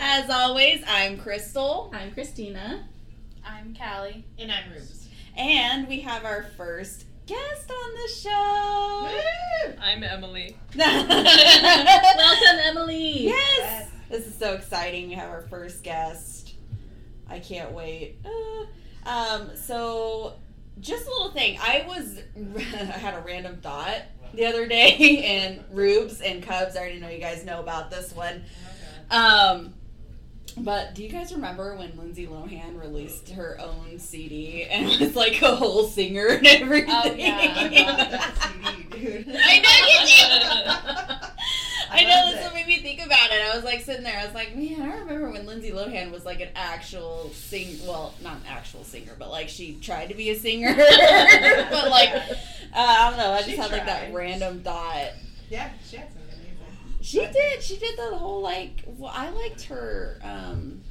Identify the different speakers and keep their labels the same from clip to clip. Speaker 1: As always, I'm Crystal,
Speaker 2: I'm Christina.
Speaker 3: I'm Callie.
Speaker 4: And I'm Rubes.
Speaker 1: and we have our first guest on the show.
Speaker 5: I'm Emily.
Speaker 2: Welcome, Emily.
Speaker 1: Yes, this is so exciting. We have our first guest. I can't wait. Uh, um, so, just a little thing. I was I had a random thought the other day, and Rubes and Cubs. I already know you guys know about this one. Um, but do you guys remember when Lindsay Lohan released her own CD and was like a whole singer and everything?
Speaker 3: Oh, yeah. I
Speaker 4: love that CD, dude.
Speaker 1: I know you did. I, know that's
Speaker 4: loved it.
Speaker 1: what made me think about it. I was like sitting there, I was like, man, I remember when Lindsay Lohan was like an actual sing well, not an actual singer, but like she tried to be a singer. but like uh, I don't know, I just
Speaker 4: She
Speaker 1: had like that
Speaker 4: tried.
Speaker 1: random thought.
Speaker 4: Yeah, she had some good music.
Speaker 1: She did, she did the whole like well, I liked her um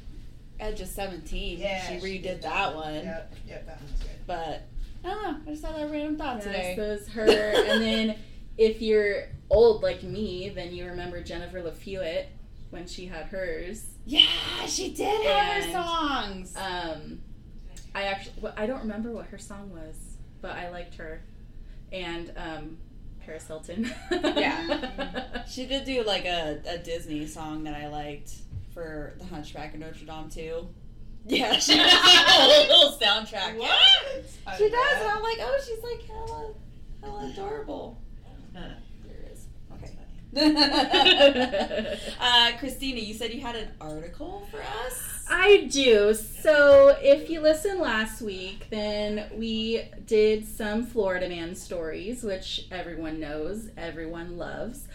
Speaker 1: Edge of Seventeen.
Speaker 4: Yeah,
Speaker 1: she redid
Speaker 4: she did
Speaker 1: that one.
Speaker 4: Yep, yep, that one's good.
Speaker 1: But I don't know, I just had that random thought
Speaker 2: Yes,
Speaker 1: today.
Speaker 2: those her. and then if you're old like me, then you remember Jennifer LaFewitt when she had hers.
Speaker 1: Yeah, she did have
Speaker 2: And,
Speaker 1: her songs.
Speaker 2: Um, I actually well, I don't remember what her song was, but I liked her. And um, Paris Hilton.
Speaker 4: Mm-hmm.
Speaker 1: Yeah. She did do like a, a Disney song that I liked for The Hunchback of Notre Dame too. Yeah, she does like a whole little soundtrack.
Speaker 4: What?
Speaker 1: She does, and I'm like, oh, she's like hella, hella adorable.
Speaker 4: Huh.
Speaker 1: There it is.
Speaker 4: That's funny.
Speaker 1: Okay. uh, Christina, you said you had an article for us.
Speaker 2: I do. So if you listened last week, then we did some Florida man stories, which everyone knows, everyone loves.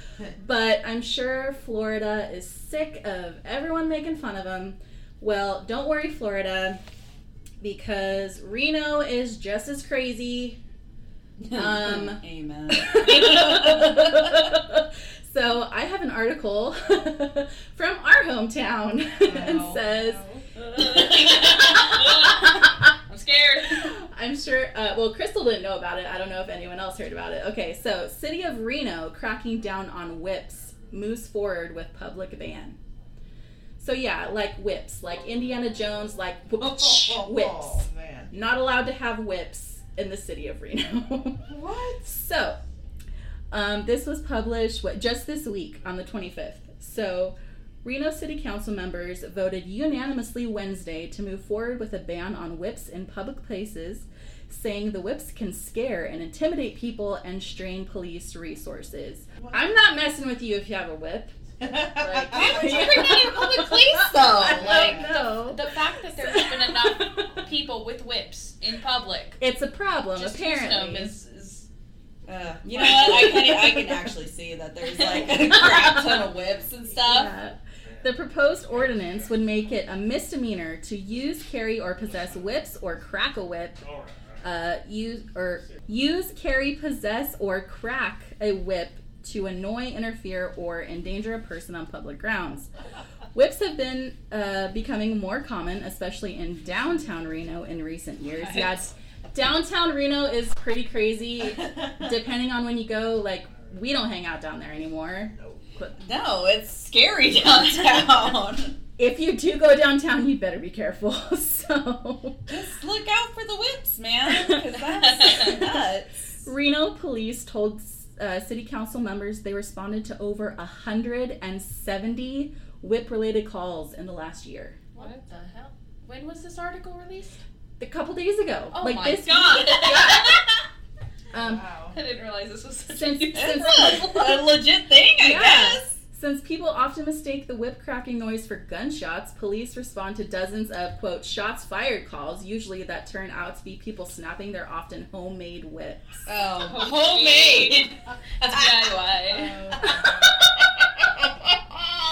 Speaker 2: but I'm sure Florida is sick of everyone making fun of them. Well, don't worry, Florida, because Reno is just as crazy. Um,
Speaker 1: amen.
Speaker 2: so I have an article from our hometown and says
Speaker 5: I'm scared.
Speaker 2: I'm sure. Uh, well, Crystal didn't know about it. I don't know if anyone else heard about it. Okay, so city of Reno cracking down on whips moves forward with public ban. So yeah, like whips, like Indiana Jones, like whips.
Speaker 4: Oh, man.
Speaker 2: Not allowed to have whips in the city of Reno.
Speaker 4: What?
Speaker 2: So, um, this was published what, just this week on the 25th. So, Reno City Council members voted unanimously Wednesday to move forward with a ban on whips in public places, saying the whips can scare and intimidate people and strain police resources.
Speaker 4: What?
Speaker 2: I'm not messing with you if you have a whip. Like,
Speaker 4: Why would you
Speaker 1: bring that in public place, though?
Speaker 2: I
Speaker 4: Like,
Speaker 2: don't know.
Speaker 3: The fact that there's even enough people with whips in public.
Speaker 2: It's a problem,
Speaker 3: Just
Speaker 2: apparently.
Speaker 3: use them is, is
Speaker 1: Uh, you know what? I can, I can actually see that there's like a crap ton of whips and stuff.
Speaker 2: Yeah. The proposed ordinance would make it a misdemeanor to use, carry, or possess whips or crack a whip. Uh, use or use, carry, possess, or crack a whip to annoy, interfere, or endanger a person on public grounds. Whips have been uh, becoming more common, especially in downtown Reno in recent years. Yeah, downtown Reno is pretty crazy. Depending on when you go, like we don't hang out down there anymore.
Speaker 1: No, it's scary downtown.
Speaker 2: if you do go downtown, you better be careful. So,
Speaker 1: Just look out for the whips, man, because that's nuts.
Speaker 2: Reno police told uh, city council members they responded to over 170 whip related calls in the last year.
Speaker 3: what the hell? When was this article released?
Speaker 2: A couple days ago.
Speaker 3: Oh
Speaker 2: like
Speaker 3: my
Speaker 2: this
Speaker 5: God.
Speaker 2: week. Um,
Speaker 4: Wow.
Speaker 5: I didn't realize this was such
Speaker 2: Since-
Speaker 5: a huge-
Speaker 1: It's a, a legit thing, I
Speaker 2: Yeah.
Speaker 1: guess.
Speaker 2: Since people often mistake the whip cracking noise for gunshots, police respond to dozens of quote shots fired calls, usually that turn out to be people snapping their often homemade whips.
Speaker 1: Oh,
Speaker 5: homemade.
Speaker 1: Uh,
Speaker 5: DIY.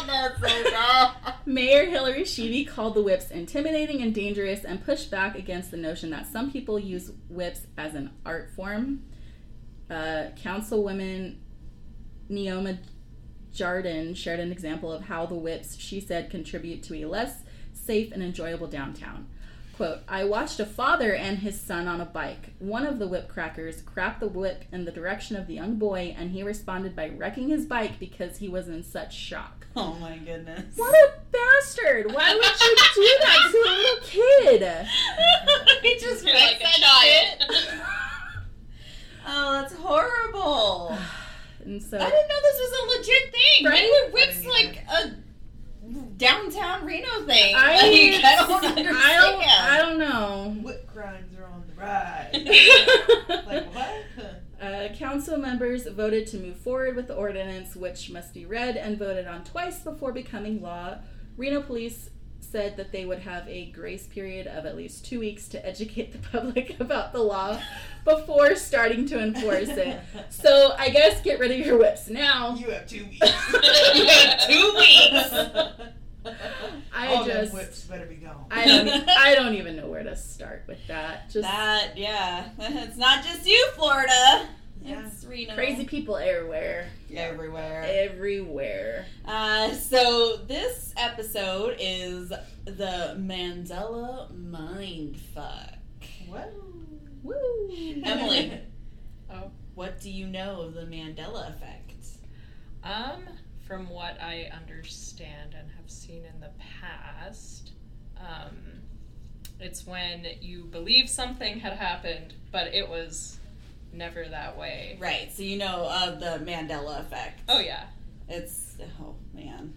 Speaker 1: That's so dumb.
Speaker 2: Mayor Hillary Sheedy called the whips intimidating and dangerous and pushed back against the notion that some people use whips as an art form. Uh, Councilwoman Neoma Jardin shared an example of how the whips, she said, contribute to a less safe and enjoyable downtown. Quote, I watched a father and his son on a bike. One of the whip crackers cracked the whip in the direction of the young boy, and he responded by wrecking his bike because he was in such shock.
Speaker 1: Oh my goodness.
Speaker 2: What a bastard! Why would you do that to a little kid?
Speaker 1: I just
Speaker 5: You're
Speaker 1: read
Speaker 5: like a
Speaker 1: that
Speaker 5: child.
Speaker 1: shit. Oh, that's horrible.
Speaker 2: And so,
Speaker 1: I didn't know this was a legit thing.
Speaker 2: Right?
Speaker 1: Right? Redwood Whip's
Speaker 4: I
Speaker 1: like
Speaker 4: didn't
Speaker 1: a downtown Reno thing.
Speaker 2: I-
Speaker 1: like, I don't
Speaker 2: I
Speaker 1: understand.
Speaker 2: don't, I don't know.
Speaker 4: Whip crimes are on the rise. like what?
Speaker 2: Uh, council members voted to move forward with the ordinance, which must be read and voted on twice before becoming law. Reno police said that they would have a grace period of at least two weeks to educate the public about the law before starting to enforce it. So I guess get rid of your whips now.
Speaker 4: You have two weeks.
Speaker 1: You have two weeks.
Speaker 2: I
Speaker 4: All them
Speaker 2: just,
Speaker 4: whips better be gone.
Speaker 2: I don't, I don't even know where to start with that. Just
Speaker 1: That, yeah. It's not just you, Florida.
Speaker 4: Yeah.
Speaker 1: It's Reno.
Speaker 2: crazy people everywhere,
Speaker 1: Everywhere.
Speaker 2: everywhere.
Speaker 1: Uh, so this episode is the Mandela Mindfuck.
Speaker 4: What?
Speaker 2: Woo!
Speaker 1: Emily.
Speaker 5: Oh.
Speaker 1: What do you know of the Mandela effect?
Speaker 5: Um, from what I understand and have seen in the past, um, it's when you believe something had happened, but it was never that way.
Speaker 1: Right, so you know of the Mandela effect.
Speaker 5: Oh yeah,
Speaker 1: It's oh man.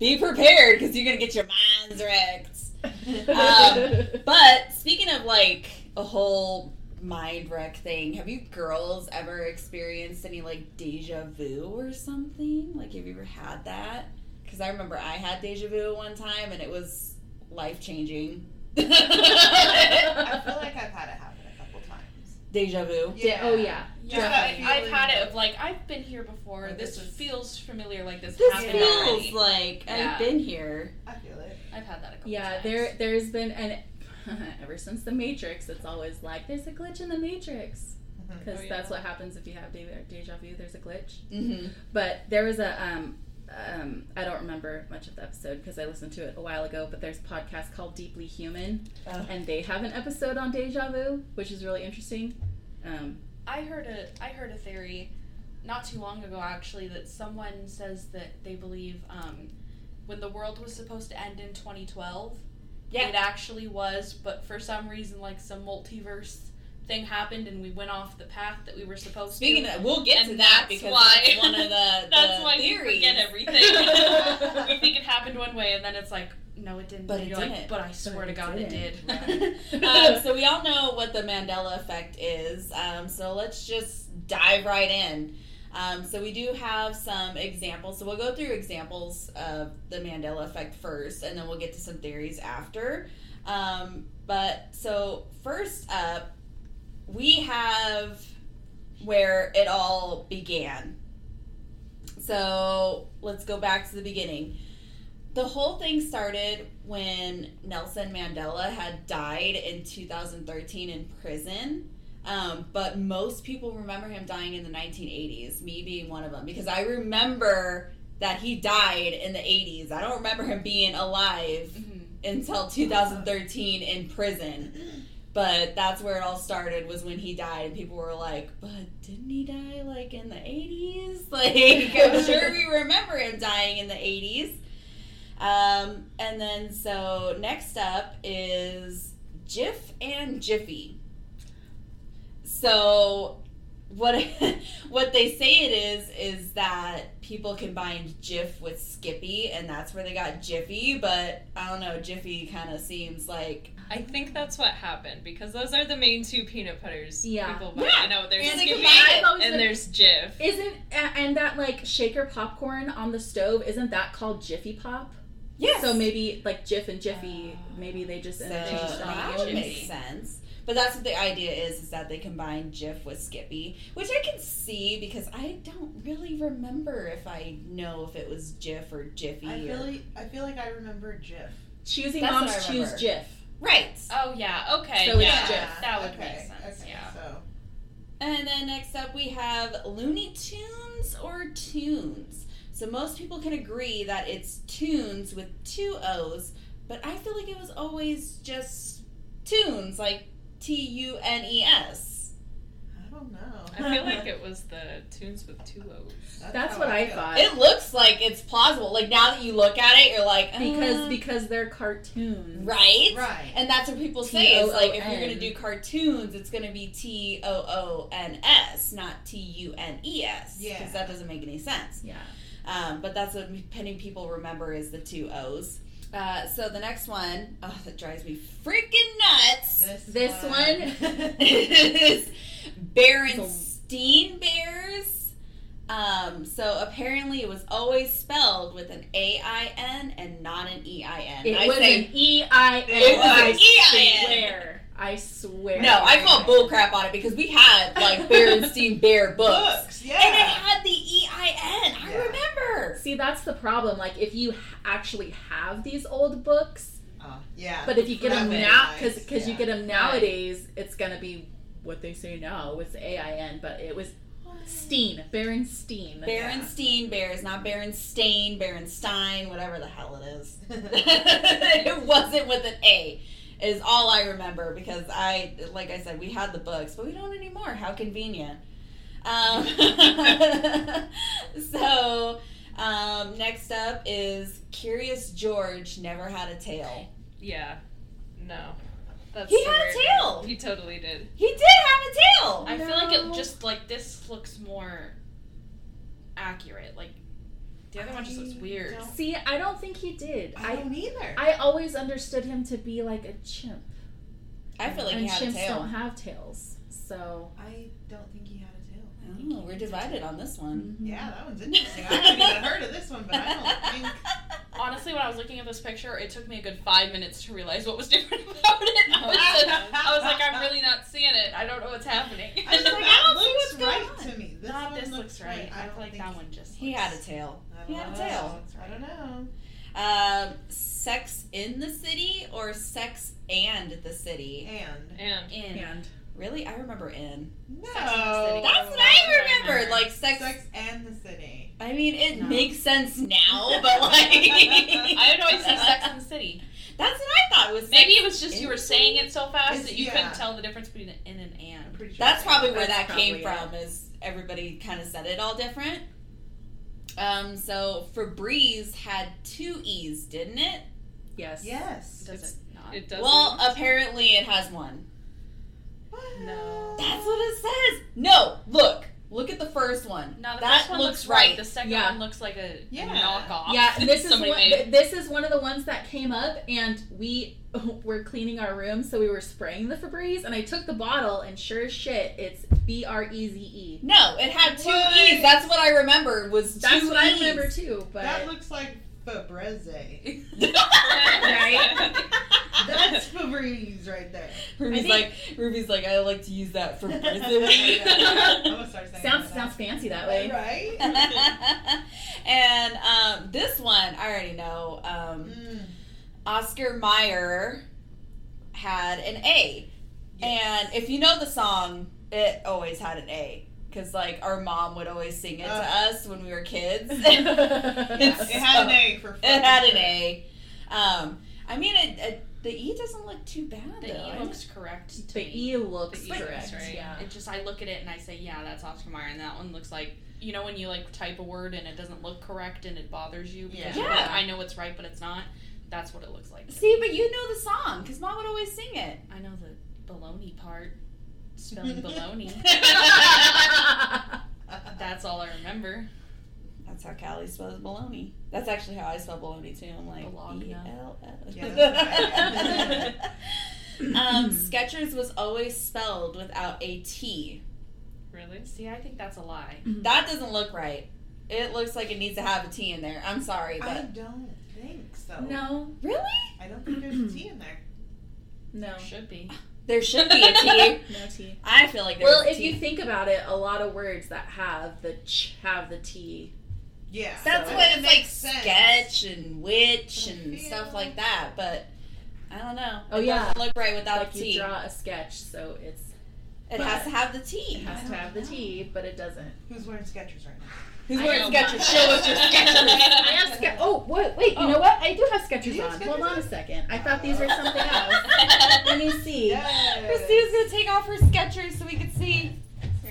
Speaker 1: Be prepared because you're gonna get your minds wrecked. Um, But speaking of like a whole mind wreck thing, have you girls ever experienced any like deja vu or something? Like, have you ever had that? Because I remember I had deja vu one time and it was life changing.
Speaker 4: I feel like I've had it happen a couple times.
Speaker 1: deja vu.
Speaker 2: yeah. Oh yeah.
Speaker 5: yeah.
Speaker 4: Yeah.
Speaker 5: I, I've had it of like I've been here before.
Speaker 4: Like,
Speaker 5: this
Speaker 4: this is-
Speaker 5: feels familiar. Like this,
Speaker 1: This
Speaker 5: happened
Speaker 1: feels
Speaker 5: already.
Speaker 1: like
Speaker 5: Yeah.
Speaker 1: I've been here.
Speaker 4: I feel it.
Speaker 5: I've had that a couple
Speaker 2: Yeah,
Speaker 5: times.
Speaker 2: there there's been an ever since the Matrix, it's always like there's a glitch in the Matrix because
Speaker 5: Oh, yeah.
Speaker 2: that's what happens if you have de- deja vu. There's a glitch.
Speaker 1: Mm-hmm.
Speaker 2: But there was a um um I don't remember much of the episode because I listened to it a while ago. But there's a podcast called Deeply Human,
Speaker 1: Oh.
Speaker 2: and they have an episode on deja vu, which is really interesting. Um,
Speaker 5: I heard a I heard a theory not too long ago actually that someone says that they believe um, when the world was supposed to end in 2012,
Speaker 1: Yeah.
Speaker 5: it actually was, but for some reason like some multiverse thing happened and we went off the path that we were supposed
Speaker 1: Speaking
Speaker 5: to.
Speaker 1: of, we'll get
Speaker 5: And
Speaker 1: to that
Speaker 5: that's
Speaker 1: because
Speaker 5: why-
Speaker 1: that's one of the,
Speaker 5: that's
Speaker 1: the
Speaker 5: why
Speaker 1: theories.
Speaker 5: we forget everything. we think it happened one way and then it's like no it didn't.
Speaker 1: But
Speaker 5: And
Speaker 1: it
Speaker 5: you're
Speaker 1: didn't.
Speaker 5: like but I swear
Speaker 2: it
Speaker 5: to god
Speaker 2: didn't.
Speaker 5: it did.
Speaker 1: um, so we all know what the Mandela effect is. Um, so let's just dive right in. Um, so we do have some examples. So we'll go through examples of the Mandela effect first, and then we'll get to some theories after. Um, but so first up, we have where it all began. So let's go back to the beginning. The whole thing started when Nelson Mandela had died in 2013 in prison. Um, but most people remember him dying in the 1980s, me being one of them, because I remember that he died in the 80s. I don't remember him being alive
Speaker 5: Mhm.
Speaker 1: until 2013 in prison. But that's where it all started was when he died, and people were like, "But didn't he die like in the 80s?" Like I'm sure we remember him dying in the 80s. Um, and then so next up is Jiff and Jiffy. So what what they say it is is that people combined Jiff with Skippy, and that's where they got Jiffy. But I don't know, Jiffy kind of seems like
Speaker 5: I think that's what happened because those are the main two peanut butters
Speaker 2: Yeah.
Speaker 5: people buy.
Speaker 1: Yeah.
Speaker 5: You know, there's
Speaker 1: And they
Speaker 5: Skippy
Speaker 1: combine
Speaker 2: it. I've always
Speaker 5: and
Speaker 2: been-
Speaker 5: there's Jif.
Speaker 2: Isn't a- and that like shaker popcorn on the stove? Isn't that called Jiffy Pop?
Speaker 1: yes.
Speaker 2: So maybe like Jiff and Jiffy, maybe they just
Speaker 1: So
Speaker 2: interchanged the
Speaker 1: that
Speaker 2: names.
Speaker 1: would make sense. But that's what the idea is: is that they combine Jif with Skippy, which I can see because I don't really remember if I know if it was Jif or Jiffy.
Speaker 4: I
Speaker 1: or-
Speaker 4: feel like I feel like I remember Jif.
Speaker 2: Choosing
Speaker 1: That's
Speaker 2: moms
Speaker 1: what I
Speaker 2: choose
Speaker 1: remember.
Speaker 2: Jiff.
Speaker 1: right.
Speaker 5: Oh yeah, okay.
Speaker 2: So it's
Speaker 5: yeah.
Speaker 2: Jif.
Speaker 5: That would
Speaker 4: okay,
Speaker 5: make sense.
Speaker 4: Okay,
Speaker 5: Yeah.
Speaker 4: So
Speaker 1: And then next up we have Looney Tunes or Tunes. So most people can agree that it's Tunes with two O's, but I feel like it was always just Tunes, like T U N E S.
Speaker 4: I don't don't know.
Speaker 5: I feel like it was the tunes with two O's.
Speaker 2: That's
Speaker 4: how
Speaker 2: what I
Speaker 4: feel.
Speaker 2: thought.
Speaker 1: It looks like it's plausible. Like now that you look at it, you're like
Speaker 2: because
Speaker 1: uh,
Speaker 2: because they're cartoons.
Speaker 1: right,
Speaker 4: Right.
Speaker 1: And that's what people say. It's like if you're
Speaker 2: T O O
Speaker 1: gonna
Speaker 2: N.
Speaker 1: do cartoons, it's gonna be T O O N S, not T U N E S,
Speaker 4: Yeah.
Speaker 1: because that doesn't make any sense.
Speaker 2: Yeah.
Speaker 1: Um, but that's what many people remember is the two O's. Uh, so the next one, oh, that drives me freaking nuts.
Speaker 4: This,
Speaker 2: This one-
Speaker 1: is
Speaker 2: It's
Speaker 1: Berenstein Bears. Um, so apparently it was always spelled with an A I N and not an E I N.
Speaker 2: It
Speaker 1: I
Speaker 2: was
Speaker 1: say
Speaker 2: an E I N.
Speaker 1: It was an
Speaker 2: I
Speaker 1: EIN.
Speaker 2: swear. E I swear.
Speaker 1: no, I call bullcrap on it because we had like Berenstein Bear books.
Speaker 4: books.
Speaker 1: And it
Speaker 4: Yeah.
Speaker 1: had the E I N. I
Speaker 4: Yeah.
Speaker 1: remember.
Speaker 2: See, that's the problem. Like, if you h- actually have these old books,
Speaker 4: Oh, yeah.
Speaker 2: but if you get them
Speaker 4: Not
Speaker 2: now,
Speaker 4: very
Speaker 2: because
Speaker 4: nice,
Speaker 2: because you
Speaker 4: yeah.
Speaker 2: get them nowadays, it's gonna be what they say now. It's A I N, but it was Steen, Baron Steen.
Speaker 1: Berenstein Bears, not Berenstain, Berenstein, whatever the hell it is. it wasn't with an A. Is all I remember because I, like I said, we had the books, but we don't anymore. How convenient. Um, so, um, next up is Curious George never had a tail.
Speaker 5: Yeah. No. That's
Speaker 1: He
Speaker 5: the
Speaker 1: had a
Speaker 5: weird-
Speaker 1: tail.
Speaker 5: He totally did.
Speaker 1: He did have
Speaker 4: Oh,
Speaker 1: a tail.
Speaker 3: I feel like it
Speaker 2: No.
Speaker 3: just like this looks more accurate. Like the other one just looks
Speaker 4: I
Speaker 3: weird.
Speaker 4: don't-
Speaker 2: See, I don't think he did.
Speaker 4: I
Speaker 2: I
Speaker 4: don't either.
Speaker 2: I always understood him to be like a chimp,
Speaker 1: I feel like
Speaker 2: and
Speaker 1: he had a
Speaker 2: chimps
Speaker 1: tail.
Speaker 2: don't have tails. So,
Speaker 4: I don't think he had a tail.
Speaker 1: Oh, we're divided on this one.
Speaker 4: Mm-hmm. Yeah, that one's interesting. I haven't even heard of this one, but I don't think.
Speaker 3: Honestly, when I was looking at this picture, it took me a good five minutes to realize what was different about it. I was, I was like, I'm really not seeing it. I don't know what's happening.
Speaker 4: I was
Speaker 1: Like, I
Speaker 4: like, that
Speaker 1: don't see
Speaker 4: looks
Speaker 1: what's going
Speaker 4: right to me. This
Speaker 3: Nah,
Speaker 4: one
Speaker 3: this
Speaker 4: looks,
Speaker 3: looks right. I,
Speaker 4: don't
Speaker 3: feel like
Speaker 4: think
Speaker 3: that one just.
Speaker 1: he
Speaker 3: looks-
Speaker 1: had a tail.
Speaker 4: I don't
Speaker 1: He had a
Speaker 4: know.
Speaker 1: tail.
Speaker 4: I don't know.
Speaker 1: Um, sex in the city or sex and the city?
Speaker 4: And
Speaker 5: And
Speaker 1: In.
Speaker 2: and
Speaker 1: Really? I remember in.
Speaker 3: Oh,
Speaker 4: no.
Speaker 1: That's what I remembered. Like sex.
Speaker 4: Sex and the City.
Speaker 1: I mean, it
Speaker 2: No.
Speaker 1: makes sense now, but like.
Speaker 3: I had always see Sex in the City.
Speaker 1: That's what I thought was.
Speaker 3: Maybe
Speaker 1: sex
Speaker 3: it was just you
Speaker 1: in
Speaker 3: were
Speaker 1: the
Speaker 3: saying
Speaker 1: city.
Speaker 3: it so fast
Speaker 4: It's-
Speaker 3: that you
Speaker 4: yeah.
Speaker 3: couldn't tell the difference between an in and
Speaker 4: I'm
Speaker 3: an.
Speaker 4: pretty sure.
Speaker 1: That's probably where
Speaker 2: That's
Speaker 1: that came
Speaker 2: probably
Speaker 1: from. Is everybody kind of said it all different? Um. So Febreze had two e's, didn't it?
Speaker 2: yes,
Speaker 4: Yes.
Speaker 3: Does
Speaker 5: It's-
Speaker 3: it not?
Speaker 5: it doesn't.
Speaker 1: Well, apparently it has one.
Speaker 4: No.
Speaker 1: That's what it says. No, look, look at the first one.
Speaker 3: No, the
Speaker 1: that
Speaker 3: first one
Speaker 1: looks,
Speaker 3: looks,
Speaker 1: right.
Speaker 3: The second
Speaker 2: Yeah.
Speaker 3: one looks like a
Speaker 4: Yeah.
Speaker 3: knockoff.
Speaker 2: Yeah,
Speaker 3: that
Speaker 2: this is
Speaker 3: somebody
Speaker 2: one,
Speaker 3: made.
Speaker 2: th- this is one of the ones that came up, and we were cleaning our room, so we were spraying the Febreze, and I took the bottle, and sure as shit, it's B R E Z E.
Speaker 1: No, it had two
Speaker 4: What?
Speaker 1: e's. That's what I remember was
Speaker 2: That's
Speaker 1: two
Speaker 2: what I
Speaker 1: E's.
Speaker 2: remember too,
Speaker 4: That
Speaker 2: but
Speaker 4: looks like Febreze.
Speaker 2: right?
Speaker 4: That's Febreze right there.
Speaker 1: Ruby's
Speaker 2: I
Speaker 1: like, Ruby's like, I like to use that for prison.
Speaker 4: I'm gonna start saying
Speaker 2: sounds
Speaker 4: that.
Speaker 2: sounds fancy that way.
Speaker 4: Right?
Speaker 1: and um, this one, I already know. Um,
Speaker 4: Mm.
Speaker 1: Oscar Meyer had an A.
Speaker 4: Yes.
Speaker 1: And if you know the song, it always had an A. Because, like, our mom would always sing it to
Speaker 4: Ugh.
Speaker 1: us when we were kids.
Speaker 4: Yeah,
Speaker 1: it's
Speaker 4: it had an
Speaker 1: so-
Speaker 4: A for
Speaker 1: It had an A. Um, I mean, it, it, the E doesn't look too bad.
Speaker 3: The
Speaker 1: though. I
Speaker 3: E looks correct to
Speaker 2: The
Speaker 3: me.
Speaker 2: E looks
Speaker 3: The E looks
Speaker 2: correct.
Speaker 5: right.
Speaker 2: Yeah.
Speaker 3: It just I look at it and I say, yeah, that's Oscar Mayer, and that one looks like you know when you like type a word and it doesn't look correct and it bothers you because
Speaker 1: Yeah.
Speaker 3: you're like,
Speaker 1: Yeah.
Speaker 3: I know it's right but it's not. That's what it looks like.
Speaker 1: See, but you know the song because mom would always sing it.
Speaker 3: I know the baloney part, spelling baloney. That's all I remember.
Speaker 1: That's how Callie spells baloney. That's actually how I spell baloney too. I'm like
Speaker 3: Bologna.
Speaker 1: B L L. E.
Speaker 4: Yeah, that's
Speaker 1: Um, Skechers was always spelled without a T.
Speaker 5: really?
Speaker 3: See, I think that's a lie.
Speaker 1: That doesn't look right. It looks like it needs to have a T in there. I'm sorry, but
Speaker 4: I don't think so.
Speaker 2: No,
Speaker 1: really,
Speaker 4: I don't think there's a T in there.
Speaker 2: no,
Speaker 3: There should be.
Speaker 1: there should be a T.
Speaker 2: no T.
Speaker 1: I feel like there's
Speaker 2: Well,
Speaker 1: a
Speaker 2: if
Speaker 1: T.
Speaker 2: you think about it, a lot of words that have the ch have the T.
Speaker 4: Yeah.
Speaker 1: That's
Speaker 4: so
Speaker 1: what
Speaker 4: it
Speaker 1: it's like
Speaker 4: makes sense.
Speaker 1: sketch and witch
Speaker 4: I
Speaker 1: and
Speaker 4: feel-
Speaker 1: stuff like that, but I don't know.
Speaker 2: Oh,
Speaker 1: it
Speaker 2: yeah.
Speaker 1: doesn't look right without
Speaker 2: Like
Speaker 1: a
Speaker 2: you
Speaker 1: T.
Speaker 2: draw a sketch, so it's
Speaker 1: it has to have the T.
Speaker 2: It has to have the T, but it doesn't.
Speaker 4: Who's wearing Skechers right now?
Speaker 1: Who's
Speaker 2: I
Speaker 1: wearing
Speaker 2: know
Speaker 1: Skechers?
Speaker 3: mine.
Speaker 1: Show us your Skechers.
Speaker 2: I have Ske- Oh, wait, wait. You
Speaker 4: Oh.
Speaker 2: know what? I do have
Speaker 4: Do
Speaker 2: Skechers
Speaker 4: you
Speaker 2: on.
Speaker 4: have
Speaker 2: Hold on
Speaker 4: Skechers on?
Speaker 2: a second. I thought these were something else. Let me see.
Speaker 4: Yes.
Speaker 1: Christina's gonna take off her Skechers so we can see.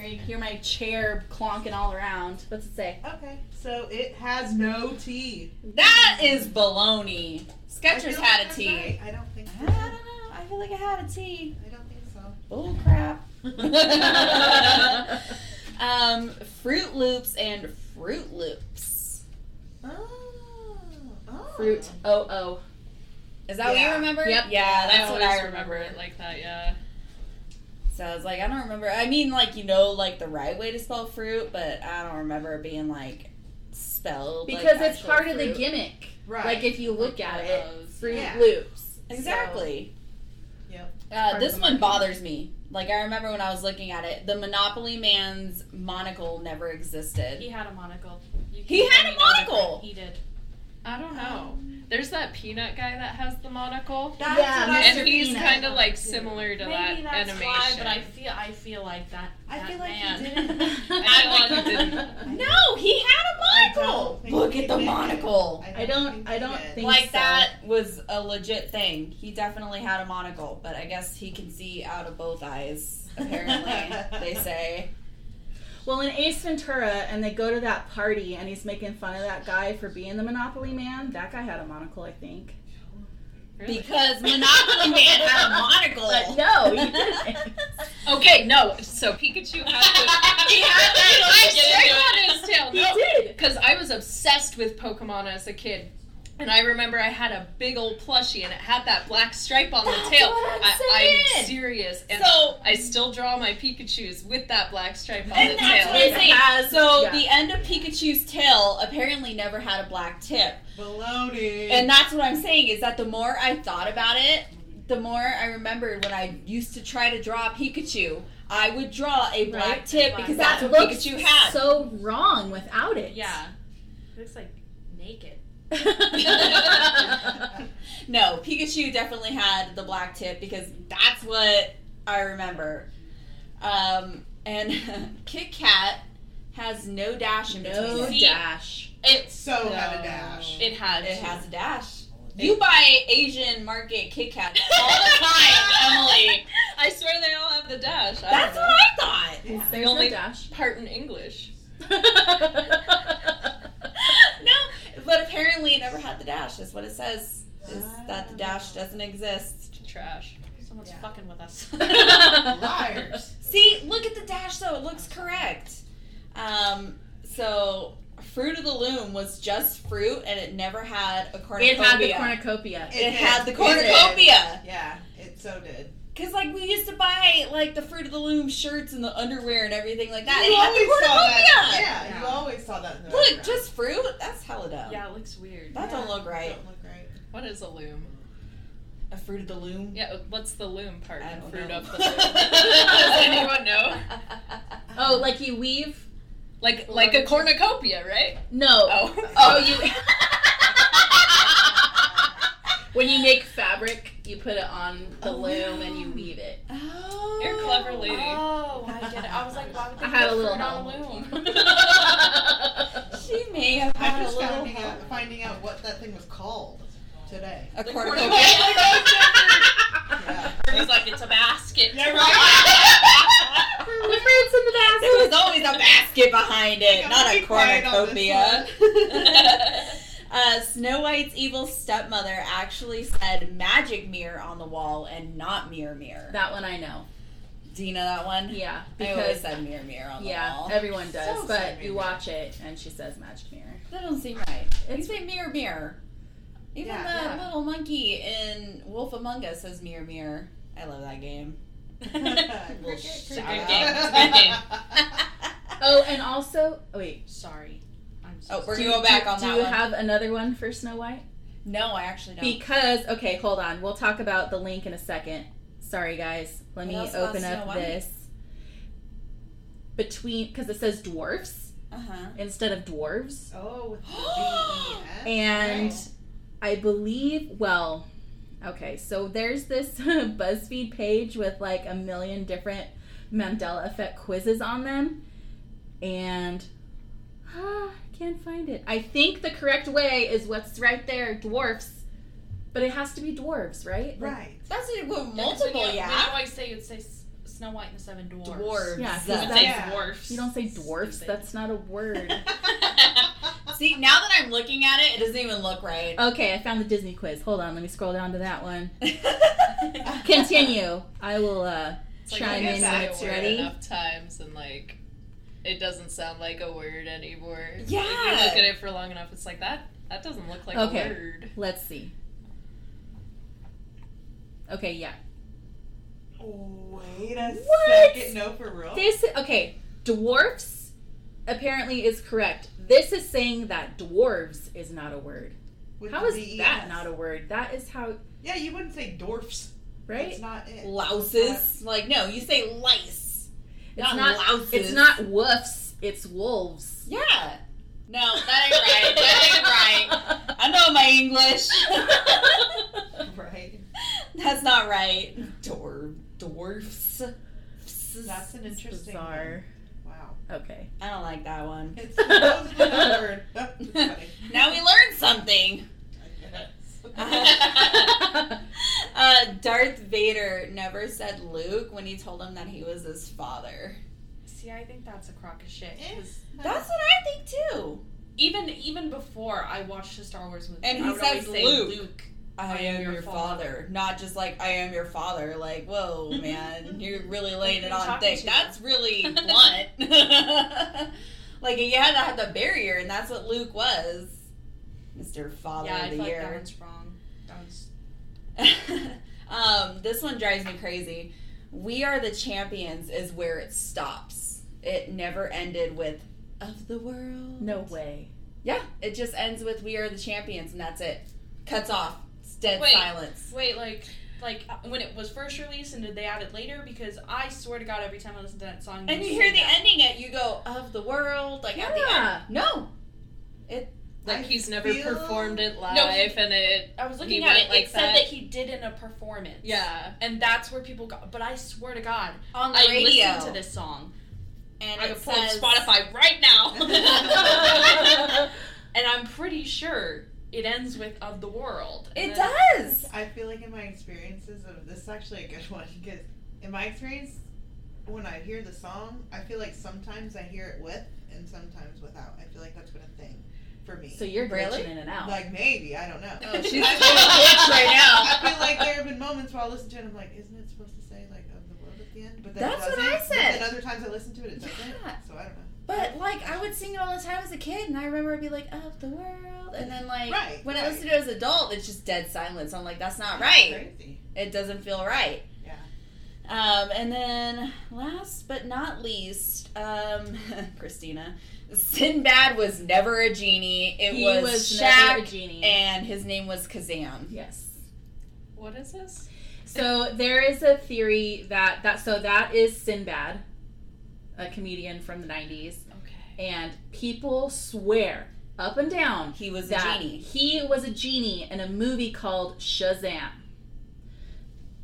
Speaker 2: You hear my chair clonking all around. What's it say?
Speaker 4: Okay, so it has no T.
Speaker 1: That is baloney.
Speaker 4: I
Speaker 1: Skechers
Speaker 4: feel
Speaker 1: had a
Speaker 4: like that's
Speaker 1: T. Ah.
Speaker 4: right. I don't think
Speaker 1: I
Speaker 4: so.
Speaker 1: don't know. I feel like I had a T.
Speaker 4: I don't think so.
Speaker 1: Bull crap. um, Fruit Loops and Fruit Loops.
Speaker 4: Oh. oh.
Speaker 2: Fruit. Oh oh.
Speaker 1: Is that what
Speaker 4: Yeah.
Speaker 1: you remember?
Speaker 2: Yep.
Speaker 1: Yeah, that's what I
Speaker 5: remember
Speaker 1: remember.
Speaker 5: it like that. Yeah.
Speaker 1: So I was like, I don't remember. I mean, like you know, like the right way to spell fruit, but I don't remember it being like spelled like,
Speaker 2: Because it's
Speaker 1: actual
Speaker 2: part of the
Speaker 1: fruit.
Speaker 2: gimmick.
Speaker 4: Right.
Speaker 2: Like if you look at it, Fruit
Speaker 4: Yeah.
Speaker 2: Loops.
Speaker 1: Exactly.
Speaker 4: Yep.
Speaker 1: Uh,
Speaker 2: of
Speaker 1: this
Speaker 2: the
Speaker 1: one
Speaker 2: marketing.
Speaker 1: bothers me. Like I remember when I was looking at it, the Monopoly man's monocle never existed.
Speaker 3: He had a monocle. You
Speaker 1: He
Speaker 3: can't
Speaker 1: had
Speaker 3: tell
Speaker 1: a
Speaker 3: me no different.
Speaker 1: monocle!
Speaker 3: He did. Um,
Speaker 5: I don't know. There's that peanut guy that has the monocle,
Speaker 4: That's
Speaker 2: Yeah,
Speaker 4: what I-
Speaker 2: Mr.
Speaker 5: and he's
Speaker 2: Peanut.
Speaker 5: kind of like similar to that
Speaker 3: Maybe that's
Speaker 5: animation.
Speaker 3: why, but I feel I feel like that.
Speaker 4: I
Speaker 3: that
Speaker 4: feel like
Speaker 3: man.
Speaker 4: he didn't.
Speaker 5: I like he didn't.
Speaker 1: No, he had a
Speaker 4: I
Speaker 1: monocle.
Speaker 4: don't think
Speaker 1: Look
Speaker 4: he
Speaker 1: at the
Speaker 4: did.
Speaker 1: monocle.
Speaker 2: I don't-
Speaker 4: think
Speaker 2: I
Speaker 4: he
Speaker 2: don't
Speaker 4: did.
Speaker 2: think-
Speaker 1: Like
Speaker 2: so.
Speaker 1: that was a legit thing. He definitely had a monocle, but I guess he can see out of both eyes. Apparently, they say.
Speaker 2: Well, in Ace Ventura, and they go to that party, and he's making fun of that guy for being the Monopoly Man. That guy had a monocle, I think.
Speaker 5: Really?
Speaker 1: Because Monopoly Man had a monocle.
Speaker 5: Oh.
Speaker 2: But no, he didn't.
Speaker 5: Okay, no. So Pikachu has the.
Speaker 1: He had
Speaker 5: I
Speaker 1: that
Speaker 5: straight on his tail.
Speaker 2: he
Speaker 5: No,
Speaker 2: did.
Speaker 5: Because I was obsessed with Pokemon as a kid. And I remember I had a big old plushie and it had that black stripe on
Speaker 1: That's
Speaker 5: the tail.
Speaker 1: what I'm
Speaker 5: I,
Speaker 1: saying.
Speaker 5: am serious. And
Speaker 1: So
Speaker 5: I still draw my Pikachu's with that black stripe on
Speaker 1: And
Speaker 5: the
Speaker 1: that's
Speaker 5: tail.
Speaker 1: what I'm
Speaker 2: It
Speaker 1: saying.
Speaker 2: has-
Speaker 1: So
Speaker 2: yeah.
Speaker 1: the end of Pikachu's tail apparently never had a black tip,
Speaker 4: Baloney.
Speaker 1: and that's what I'm saying is that the more I thought about it, the more I remembered when I used to try to draw Pikachu, I would draw a black
Speaker 2: Right.
Speaker 1: tip
Speaker 3: Black.
Speaker 1: because
Speaker 2: that
Speaker 1: that's what
Speaker 2: looks
Speaker 1: Pikachu had.
Speaker 2: so wrong without it.
Speaker 3: Yeah. He looks like naked.
Speaker 1: no, Pikachu definitely had the black tip because that's what I remember. Um, and Kit Kat has no dash in between.
Speaker 2: no
Speaker 1: it.
Speaker 3: See,
Speaker 2: dash.
Speaker 5: It's
Speaker 4: so had
Speaker 5: No.
Speaker 4: a dash.
Speaker 5: it had
Speaker 1: It has a dash. You buy Asian market Kit Kats all the time, Emily.
Speaker 5: I swear they all have the dash. I
Speaker 1: That's what
Speaker 5: don't know.
Speaker 1: I thought.
Speaker 4: Yeah.
Speaker 2: There's
Speaker 5: only-
Speaker 2: no dash.
Speaker 5: part in English.
Speaker 1: No, but apparently it never had the dash. Is what it says. Is that the dash doesn't exist?
Speaker 5: Trash.
Speaker 3: Someone's
Speaker 4: Yeah.
Speaker 3: fucking with us.
Speaker 4: Liars.
Speaker 1: See, look at the dash though. It looks correct. Um, so Fruit of the Loom was just fruit, and it never had a cornucopia.
Speaker 2: It had the cornucopia.
Speaker 1: It had the
Speaker 4: did.
Speaker 1: cornucopia.
Speaker 4: Yeah, it so did.
Speaker 1: Cause like we used to buy like the Fruit of the Loom shirts and the underwear and everything like that.
Speaker 4: you
Speaker 1: it had the
Speaker 4: always saw that.
Speaker 1: cornucopia.
Speaker 4: Yeah, you
Speaker 3: Yeah.
Speaker 4: always saw that. In the
Speaker 1: Look,
Speaker 4: background.
Speaker 1: just fruit? That's hella dumb.
Speaker 3: yeah, it looks weird.
Speaker 1: That don't look right.
Speaker 4: Don't look right.
Speaker 5: What is a loom?
Speaker 1: A fruit of the loom.
Speaker 5: Yeah, uh, what's the loom part
Speaker 1: I
Speaker 5: in
Speaker 1: don't
Speaker 5: fruit
Speaker 1: know.
Speaker 5: of the loom? Does anyone know?
Speaker 2: Oh, like you weave?
Speaker 5: Like like a cornucopia, right?
Speaker 2: No.
Speaker 5: Oh.
Speaker 2: Oh, you. when you make fabric, you put it on the
Speaker 1: Oh,
Speaker 2: loom
Speaker 1: wow.
Speaker 2: and you weave it.
Speaker 1: oh.
Speaker 5: You're a clever lady.
Speaker 3: Oh, I get it. I was like, why would they
Speaker 2: I had
Speaker 3: put
Speaker 2: a little
Speaker 3: fruit on a
Speaker 2: help.
Speaker 3: loom?
Speaker 1: She may have had
Speaker 4: I'm
Speaker 1: a
Speaker 4: just
Speaker 1: little
Speaker 4: finding out, finding out what that thing was called today.
Speaker 1: a
Speaker 3: The
Speaker 1: cornucopia.
Speaker 4: Yeah.
Speaker 5: He's like it's a basket.
Speaker 4: Yeah, right.
Speaker 2: the fruits in the basket.
Speaker 1: there was always a basket behind it, not a
Speaker 4: Be quiet on
Speaker 1: cornucopia.
Speaker 4: this
Speaker 1: Uh, Snow White's evil stepmother actually said magic mirror on the wall and not mirror mirror.
Speaker 2: That one I know.
Speaker 1: Do you know that one?
Speaker 2: Yeah,
Speaker 1: I always
Speaker 2: because
Speaker 1: said mirror mirror on the
Speaker 2: yeah,
Speaker 1: wall.
Speaker 2: everyone does.
Speaker 4: So
Speaker 2: but
Speaker 4: exciting.
Speaker 2: you watch it, and she says magic mirror.
Speaker 1: That don't seem right. It's say mirror mirror. Even
Speaker 4: Yeah,
Speaker 1: the
Speaker 5: yeah.
Speaker 1: little monkey in Wolf Among Us says mirror mirror. I love that game.
Speaker 4: one.
Speaker 1: Little
Speaker 4: Cricket,
Speaker 1: shout
Speaker 4: cricket.
Speaker 1: out.
Speaker 5: Good game,
Speaker 2: Oh, and also, oh, wait.
Speaker 3: Sorry. I'm so
Speaker 1: oh, we're
Speaker 2: do
Speaker 1: gonna
Speaker 2: you-
Speaker 1: go back on
Speaker 2: do
Speaker 1: that
Speaker 2: you
Speaker 1: one.
Speaker 2: have another one for Snow White?
Speaker 1: no, I actually don't.
Speaker 2: Because okay, hold on. We'll talk about the link in a second. Sorry, guys. Let
Speaker 1: What
Speaker 2: me
Speaker 1: else about
Speaker 2: open
Speaker 1: Snow
Speaker 2: up
Speaker 1: White?
Speaker 2: this between because it says dwarfs
Speaker 1: uh-huh.
Speaker 2: instead of dwarves,
Speaker 4: Oh, with the B E S.
Speaker 2: and I believe well. Okay, so there's this BuzzFeed page with like a million different Mandela effect quizzes on them, and ah, I can't find it. I think the correct way is what's right there, dwarfs, but it has to be dwarves, right? Like,
Speaker 4: Right.
Speaker 1: That's a well,
Speaker 3: Yeah, 'cause when
Speaker 1: multiple,
Speaker 3: you-
Speaker 1: yeah.
Speaker 3: When you always say you'd say s- Snow White and the Seven Dwarfs.
Speaker 1: Dwarves.
Speaker 2: Yeah, 'cause
Speaker 3: You would
Speaker 2: that's-
Speaker 3: say
Speaker 4: Yeah.
Speaker 3: dwarfs.
Speaker 2: You don't say dwarfs.
Speaker 3: Stupid.
Speaker 2: That's not a word.
Speaker 1: See, now that I'm looking at it, it doesn't even look right.
Speaker 2: Okay, I found the Disney quiz. Hold on, let me scroll down to that one. Continue. I will uh,
Speaker 5: It's like
Speaker 2: chime
Speaker 5: you
Speaker 2: in
Speaker 5: say
Speaker 2: when
Speaker 5: it
Speaker 2: it's
Speaker 5: weird
Speaker 2: ready.
Speaker 5: Enough times and like, it doesn't sound like a word anymore.
Speaker 1: Yeah.
Speaker 5: If you look at it for long enough, it's like that. That doesn't look like
Speaker 2: Okay.
Speaker 5: a word.
Speaker 2: Let's see. Okay, yeah.
Speaker 4: Wait a
Speaker 2: What?
Speaker 4: second. No, for
Speaker 1: Oh.
Speaker 4: real.
Speaker 2: This okay. Dwarfs apparently is correct. This is saying that dwarves is not a word.
Speaker 4: With
Speaker 2: How is
Speaker 4: the
Speaker 2: that
Speaker 4: ES.
Speaker 2: not a word? That is how
Speaker 4: Yeah, you wouldn't say dwarfs.
Speaker 2: right.
Speaker 4: It's not it.
Speaker 1: Louses. Like, no, you say lice.
Speaker 2: It's
Speaker 1: Not,
Speaker 2: not-
Speaker 1: louses.
Speaker 2: It's not woofs. It's wolves.
Speaker 1: Yeah. No, that ain't right. That ain't right. I know my English.
Speaker 4: Right.
Speaker 1: That's not right. Dwarf, dwarfs.
Speaker 4: That's an
Speaker 2: It's
Speaker 4: interesting.
Speaker 2: bizarre.
Speaker 4: one. Wow.
Speaker 2: Okay.
Speaker 1: I don't like that one.
Speaker 4: It's supposedly not a word. Oh, it's funny.
Speaker 1: Now we learned something. Uh, Darth Vader never said Luke when he told him that he was his father.
Speaker 3: See, I think that's a crock of shit. 'cause
Speaker 1: That's what I think too.
Speaker 3: Even even before I watched the Star Wars movie,
Speaker 1: And
Speaker 3: I
Speaker 1: he
Speaker 3: would always
Speaker 1: says
Speaker 3: say
Speaker 1: Luke.
Speaker 3: Luke.
Speaker 1: I, am, your, father. not just like I am your father. Like, whoa, man, you're really laying it
Speaker 3: Who's
Speaker 1: on
Speaker 3: talking
Speaker 1: thick.
Speaker 3: to you?
Speaker 1: That's really blunt. like, you had to have the barrier, and that's what Luke was, Mister Father
Speaker 3: yeah, I
Speaker 1: of the
Speaker 3: feel like that
Speaker 1: Year.
Speaker 3: one's wrong. That one's
Speaker 1: um, this one drives me crazy. We are the champions is where it stops. It never ended with of the world.
Speaker 2: No way.
Speaker 1: Yeah, it just ends with we are the champions, and that's it. Cuts off. It's dead
Speaker 3: Wait.
Speaker 1: silence.
Speaker 3: wait, like like uh, when it was first released, and did they add it later? Because I swear to God, every time I listen to that song,
Speaker 1: And you
Speaker 3: say
Speaker 1: hear the
Speaker 3: that.
Speaker 1: ending, it you go of the world, like at the end.
Speaker 2: Yeah.
Speaker 1: No,
Speaker 5: Like
Speaker 4: I
Speaker 5: he's never
Speaker 4: feel-
Speaker 5: performed it live,
Speaker 3: No,
Speaker 5: and it.
Speaker 3: I was looking
Speaker 5: You
Speaker 3: at
Speaker 5: went
Speaker 3: it.
Speaker 5: like
Speaker 3: it said
Speaker 5: that.
Speaker 3: that he did in a performance.
Speaker 5: Yeah.
Speaker 3: And that's where people got. But I swear to God,
Speaker 1: on the
Speaker 3: I
Speaker 1: radio.
Speaker 3: listened to this song.
Speaker 1: and
Speaker 3: I
Speaker 1: it
Speaker 3: could pull up
Speaker 1: says-
Speaker 3: Spotify right now. and I'm pretty sure it ends with "of the world." And
Speaker 1: It
Speaker 3: then-
Speaker 1: does.
Speaker 4: I feel like in my experiences of this is actually a good one because in my experience, when I hear the song, I feel like sometimes I hear it with and sometimes without. I feel like that's been a thing for me.
Speaker 2: So you're
Speaker 1: Really?
Speaker 2: glitching in and out.
Speaker 4: like maybe I don't know.
Speaker 1: Oh, she's
Speaker 4: I
Speaker 1: a
Speaker 4: feel
Speaker 1: bitch right now.
Speaker 4: I feel like there have been moments where I listen to it and I'm like, isn't it supposed to say like of the world at the end? But then it
Speaker 1: That's what
Speaker 4: doesn't.
Speaker 1: I said.
Speaker 4: But then other times I listen to it, it doesn't.
Speaker 1: Yeah.
Speaker 4: So I don't know.
Speaker 1: But like I would sing it all the time as a kid, and I remember it'd be like "Of the world," and then like
Speaker 4: Right,
Speaker 1: when I
Speaker 4: right.
Speaker 1: listened to it as an adult, it's just dead silence. I'm like, that's not right.
Speaker 4: Crazy.
Speaker 1: It doesn't feel right.
Speaker 4: Yeah.
Speaker 1: Um, and then last but not least, um, Christina, Sinbad was never a genie. It
Speaker 2: he
Speaker 1: was,
Speaker 2: was never a
Speaker 1: Shaq,
Speaker 2: genie.
Speaker 1: and his name was Kazam.
Speaker 2: yes.
Speaker 5: What is this?
Speaker 2: So there is a theory that that so that is Sinbad, a comedian from the '90s,
Speaker 5: Okay.
Speaker 2: and people swear up and down
Speaker 1: He was a
Speaker 2: that
Speaker 1: genie.
Speaker 2: he was a genie in a movie called Shazam.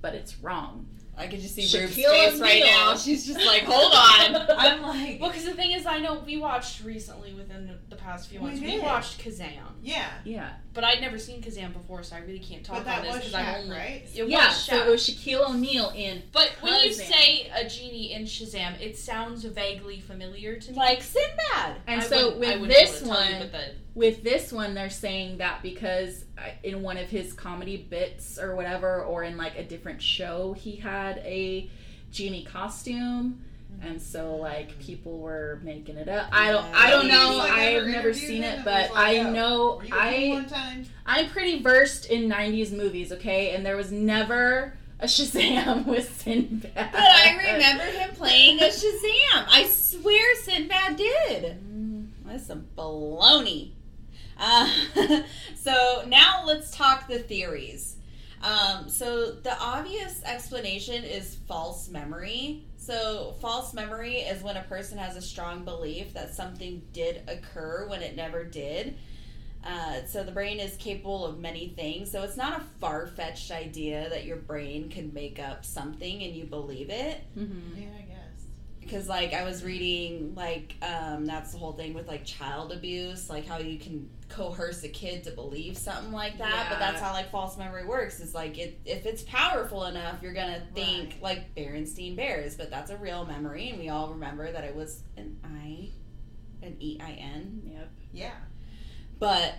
Speaker 2: But it's wrong.
Speaker 1: I could just see
Speaker 2: Shaquille
Speaker 1: Rube's face right
Speaker 2: O'Neal.
Speaker 1: now. She's just like, hold on.
Speaker 3: I'm
Speaker 1: like,
Speaker 3: Well, because the thing is, I know we watched recently within the past few
Speaker 4: We
Speaker 3: months. We,
Speaker 4: did.
Speaker 3: watched Kazam,
Speaker 4: Yeah.
Speaker 2: Yeah.
Speaker 3: but I'd never seen Kazam before, so I really can't talk
Speaker 4: But that
Speaker 3: on this
Speaker 4: was
Speaker 3: because I
Speaker 4: Shaq,
Speaker 3: only
Speaker 4: right?
Speaker 3: it
Speaker 2: yeah.
Speaker 3: was
Speaker 2: So
Speaker 3: Shaq.
Speaker 2: it was Shaquille O'Neal in
Speaker 3: but when you
Speaker 2: Kazam.
Speaker 3: say a genie in Shazam, it sounds vaguely familiar to me.
Speaker 1: like Sinbad.
Speaker 2: And
Speaker 3: I
Speaker 2: so
Speaker 3: wouldn't- I wouldn't
Speaker 2: with
Speaker 3: be able
Speaker 2: this
Speaker 3: to tell you,
Speaker 2: one,
Speaker 3: but the-
Speaker 2: with this one, they're saying that because uh, in one of his comedy bits or whatever, or in like a different show, he had a genie costume. And so, like people were making it up. I don't. I don't
Speaker 4: Mm-hmm. Yeah.
Speaker 2: know.
Speaker 4: Like,
Speaker 2: I've
Speaker 4: ever
Speaker 2: never
Speaker 4: interviewed
Speaker 2: seen
Speaker 4: him
Speaker 2: it,
Speaker 4: and
Speaker 2: but
Speaker 4: was like,
Speaker 2: I
Speaker 4: "Oh,
Speaker 2: know.
Speaker 4: Were you with me
Speaker 2: I
Speaker 4: one time?
Speaker 2: I'm pretty versed in '90s movies. Okay, and there was never a Shazam with Sinbad.
Speaker 1: But I remember him playing a Shazam. I swear Sinbad did. That's some baloney. Uh, so now let's talk the theories. Um, so the obvious explanation is false memory. So false memory is when a person has a strong belief that something did occur when it never did. Uh, so the brain is capable of many things. So it's not a far-fetched idea that your brain can make up something and you believe it.
Speaker 2: hmm
Speaker 4: Yeah, I guess.
Speaker 1: because like I was reading like um, that's the whole thing with like child abuse, like how you can coerce a kid to believe something like that. But
Speaker 3: Yeah.
Speaker 1: that's how like false memory works. Is like it if it's powerful enough, you're gonna think like Berenstein Bears, but that's a real memory, and we all remember that it was an I, an E I N,
Speaker 2: Yep.
Speaker 4: Yeah.
Speaker 1: but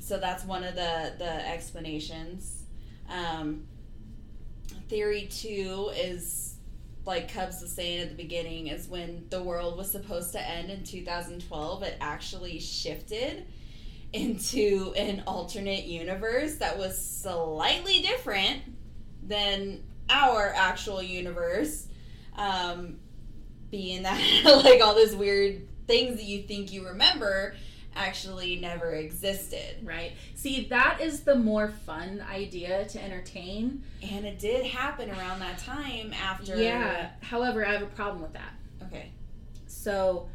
Speaker 1: so that's one of the the explanations um theory two is like cubs was saying at the beginning is when the world was supposed to end in 2012 it actually shifted into an alternate universe that was slightly different than our actual universe um, being that like all those weird things that you think you remember actually never existed.
Speaker 2: Right. See, that is the more fun idea to entertain.
Speaker 1: And it did happen around that time after.
Speaker 2: Yeah. However, I have a problem with that.
Speaker 1: Okay.
Speaker 2: So,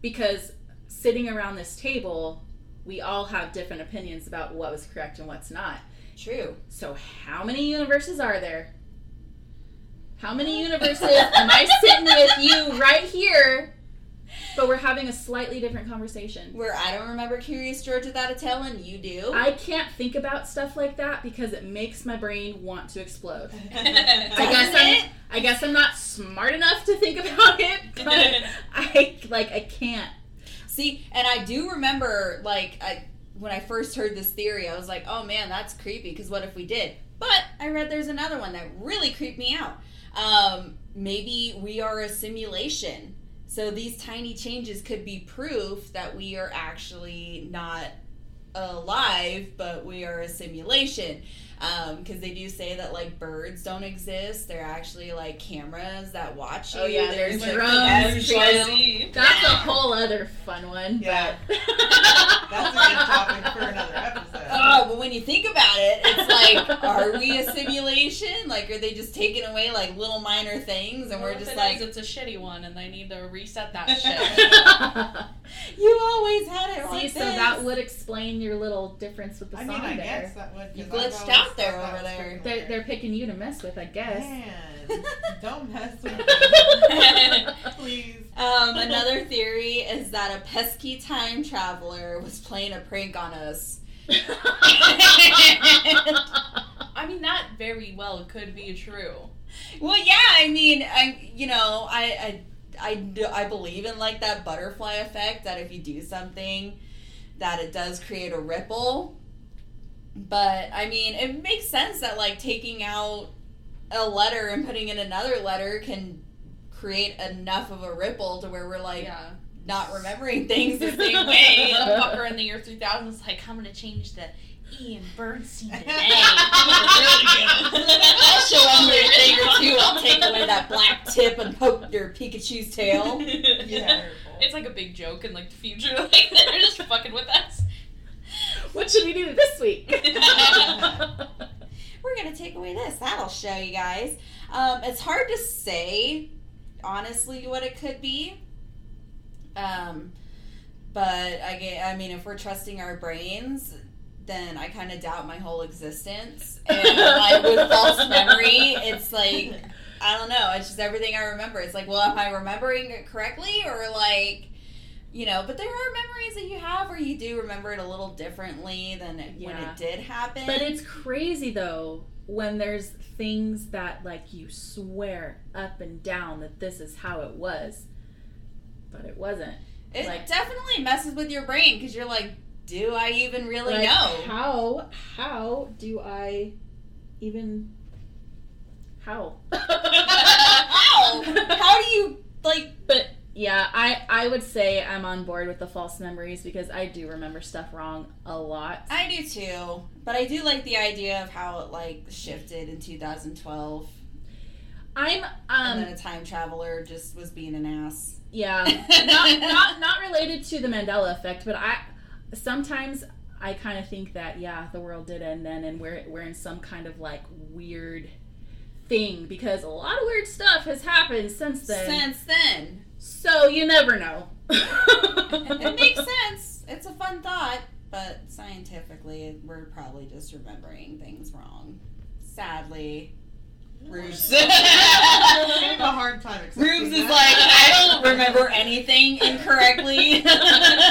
Speaker 2: because sitting around this table, we all have different opinions about what was correct and what's not.
Speaker 1: True.
Speaker 2: So, how many universes are there? How many universes am I sitting with you right here? But we're having a slightly different conversation.
Speaker 1: Where I don't remember Curious George without a tail, and you do.
Speaker 2: I can't think about stuff like that because it makes my brain want to explode. I
Speaker 1: Doesn't
Speaker 2: guess I'm-
Speaker 1: it?
Speaker 2: I guess I'm not smart enough to think about it, but I like I can't.
Speaker 1: See, and I do remember, like, I when I first heard this theory, I was like, "Oh man, that's creepy." Because what if we did? But I read there's another one that really creeped me out. Um, maybe we are a simulation. So these tiny changes could be proof that we are actually not alive, but we are a simulation. Because they do say that like birds don't exist; they're actually like cameras that watch you.
Speaker 2: Oh, yeah, there's
Speaker 1: like,
Speaker 2: drones,
Speaker 1: cameras.
Speaker 3: Crazy.
Speaker 2: That's a whole other fun one.
Speaker 4: Yeah.
Speaker 2: But
Speaker 4: That's a good topic for another episode.
Speaker 1: Oh, but when you think about it, it's like, are we a simulation? Like, are they just taking away like little minor things, and
Speaker 3: Well,
Speaker 1: we're
Speaker 3: if
Speaker 1: just
Speaker 3: it
Speaker 1: like,
Speaker 3: is, it's a shitty one, and they need to reset that shit.
Speaker 1: you always had it
Speaker 2: See,
Speaker 1: like
Speaker 2: so
Speaker 1: this.
Speaker 2: that would explain your little difference with the
Speaker 4: I
Speaker 2: song
Speaker 4: mean, I
Speaker 2: there.
Speaker 4: guess that would. 'cause
Speaker 1: You
Speaker 4: I've
Speaker 1: glitched
Speaker 4: always
Speaker 1: out there
Speaker 4: thought
Speaker 1: over
Speaker 4: that was
Speaker 1: there.
Speaker 4: freaking
Speaker 2: They're,
Speaker 4: weird.
Speaker 2: they're picking you to mess with, I guess.
Speaker 4: Man, don't mess with me, please.
Speaker 1: um, another theory is that a pesky time traveler was playing a prank on us.
Speaker 3: I mean, that very well could be true.
Speaker 1: Well, yeah, I mean, I, you know, I, I, I, do- I believe in like that butterfly effect that if you do something, that it does create a ripple. But I mean, it makes sense that like taking out a letter and putting in another letter can create enough of a ripple to where we're like
Speaker 3: yeah.
Speaker 1: not remembering things the same
Speaker 3: Hey,
Speaker 1: way.
Speaker 3: the fucker in the year 2000 is like, I'm gonna change the E and Bernstein today.
Speaker 1: I'll show under a thing or two. I'll take away that black tip and poke your Pikachu's tail.
Speaker 4: Yeah.
Speaker 3: It's like a big joke in like the future, like they're just fucking with us.
Speaker 2: what should we do this week?
Speaker 1: we're gonna take away this. That'll show you guys. Um, it's hard to say, honestly, what it could be. Um, but I get, I mean, if we're trusting our brains, then I kind of doubt my whole existence. And like with false memory, it's like I don't know. It's just everything I remember. It's like, well, am I remembering it correctly or like? You know, but there are memories that you have where you do remember it a little differently than it, when
Speaker 2: Yeah.
Speaker 1: it did happen.
Speaker 2: But it's crazy though when there's things that like you swear up and down that this is how it was, but it wasn't.
Speaker 1: It
Speaker 2: Like-
Speaker 1: definitely messes with your brain because you're like, do I even really
Speaker 2: Like,
Speaker 1: know?
Speaker 2: how how do I even how?
Speaker 1: How? How do you like?
Speaker 2: yeah, I I would say I'm on board with the false memories because I do remember stuff wrong a lot.
Speaker 1: I do too, but I do like the idea of how it like shifted in 2012,
Speaker 2: I'm
Speaker 1: and
Speaker 2: um
Speaker 1: then a time traveler just was being an ass.
Speaker 2: yeah. not, not not related to the Mandela effect, but I sometimes I kind of think that yeah, the world did end then, and we're we're in some kind of like weird thing because a lot of weird stuff has happened since then.
Speaker 1: Since then,
Speaker 2: so you never know.
Speaker 1: it makes sense. It's a fun thought, but scientifically, we're probably just remembering things wrong. Sadly, Rubes.
Speaker 4: I have a hard time. accepting
Speaker 1: Rubes is like,
Speaker 4: that.
Speaker 1: remember anything incorrectly.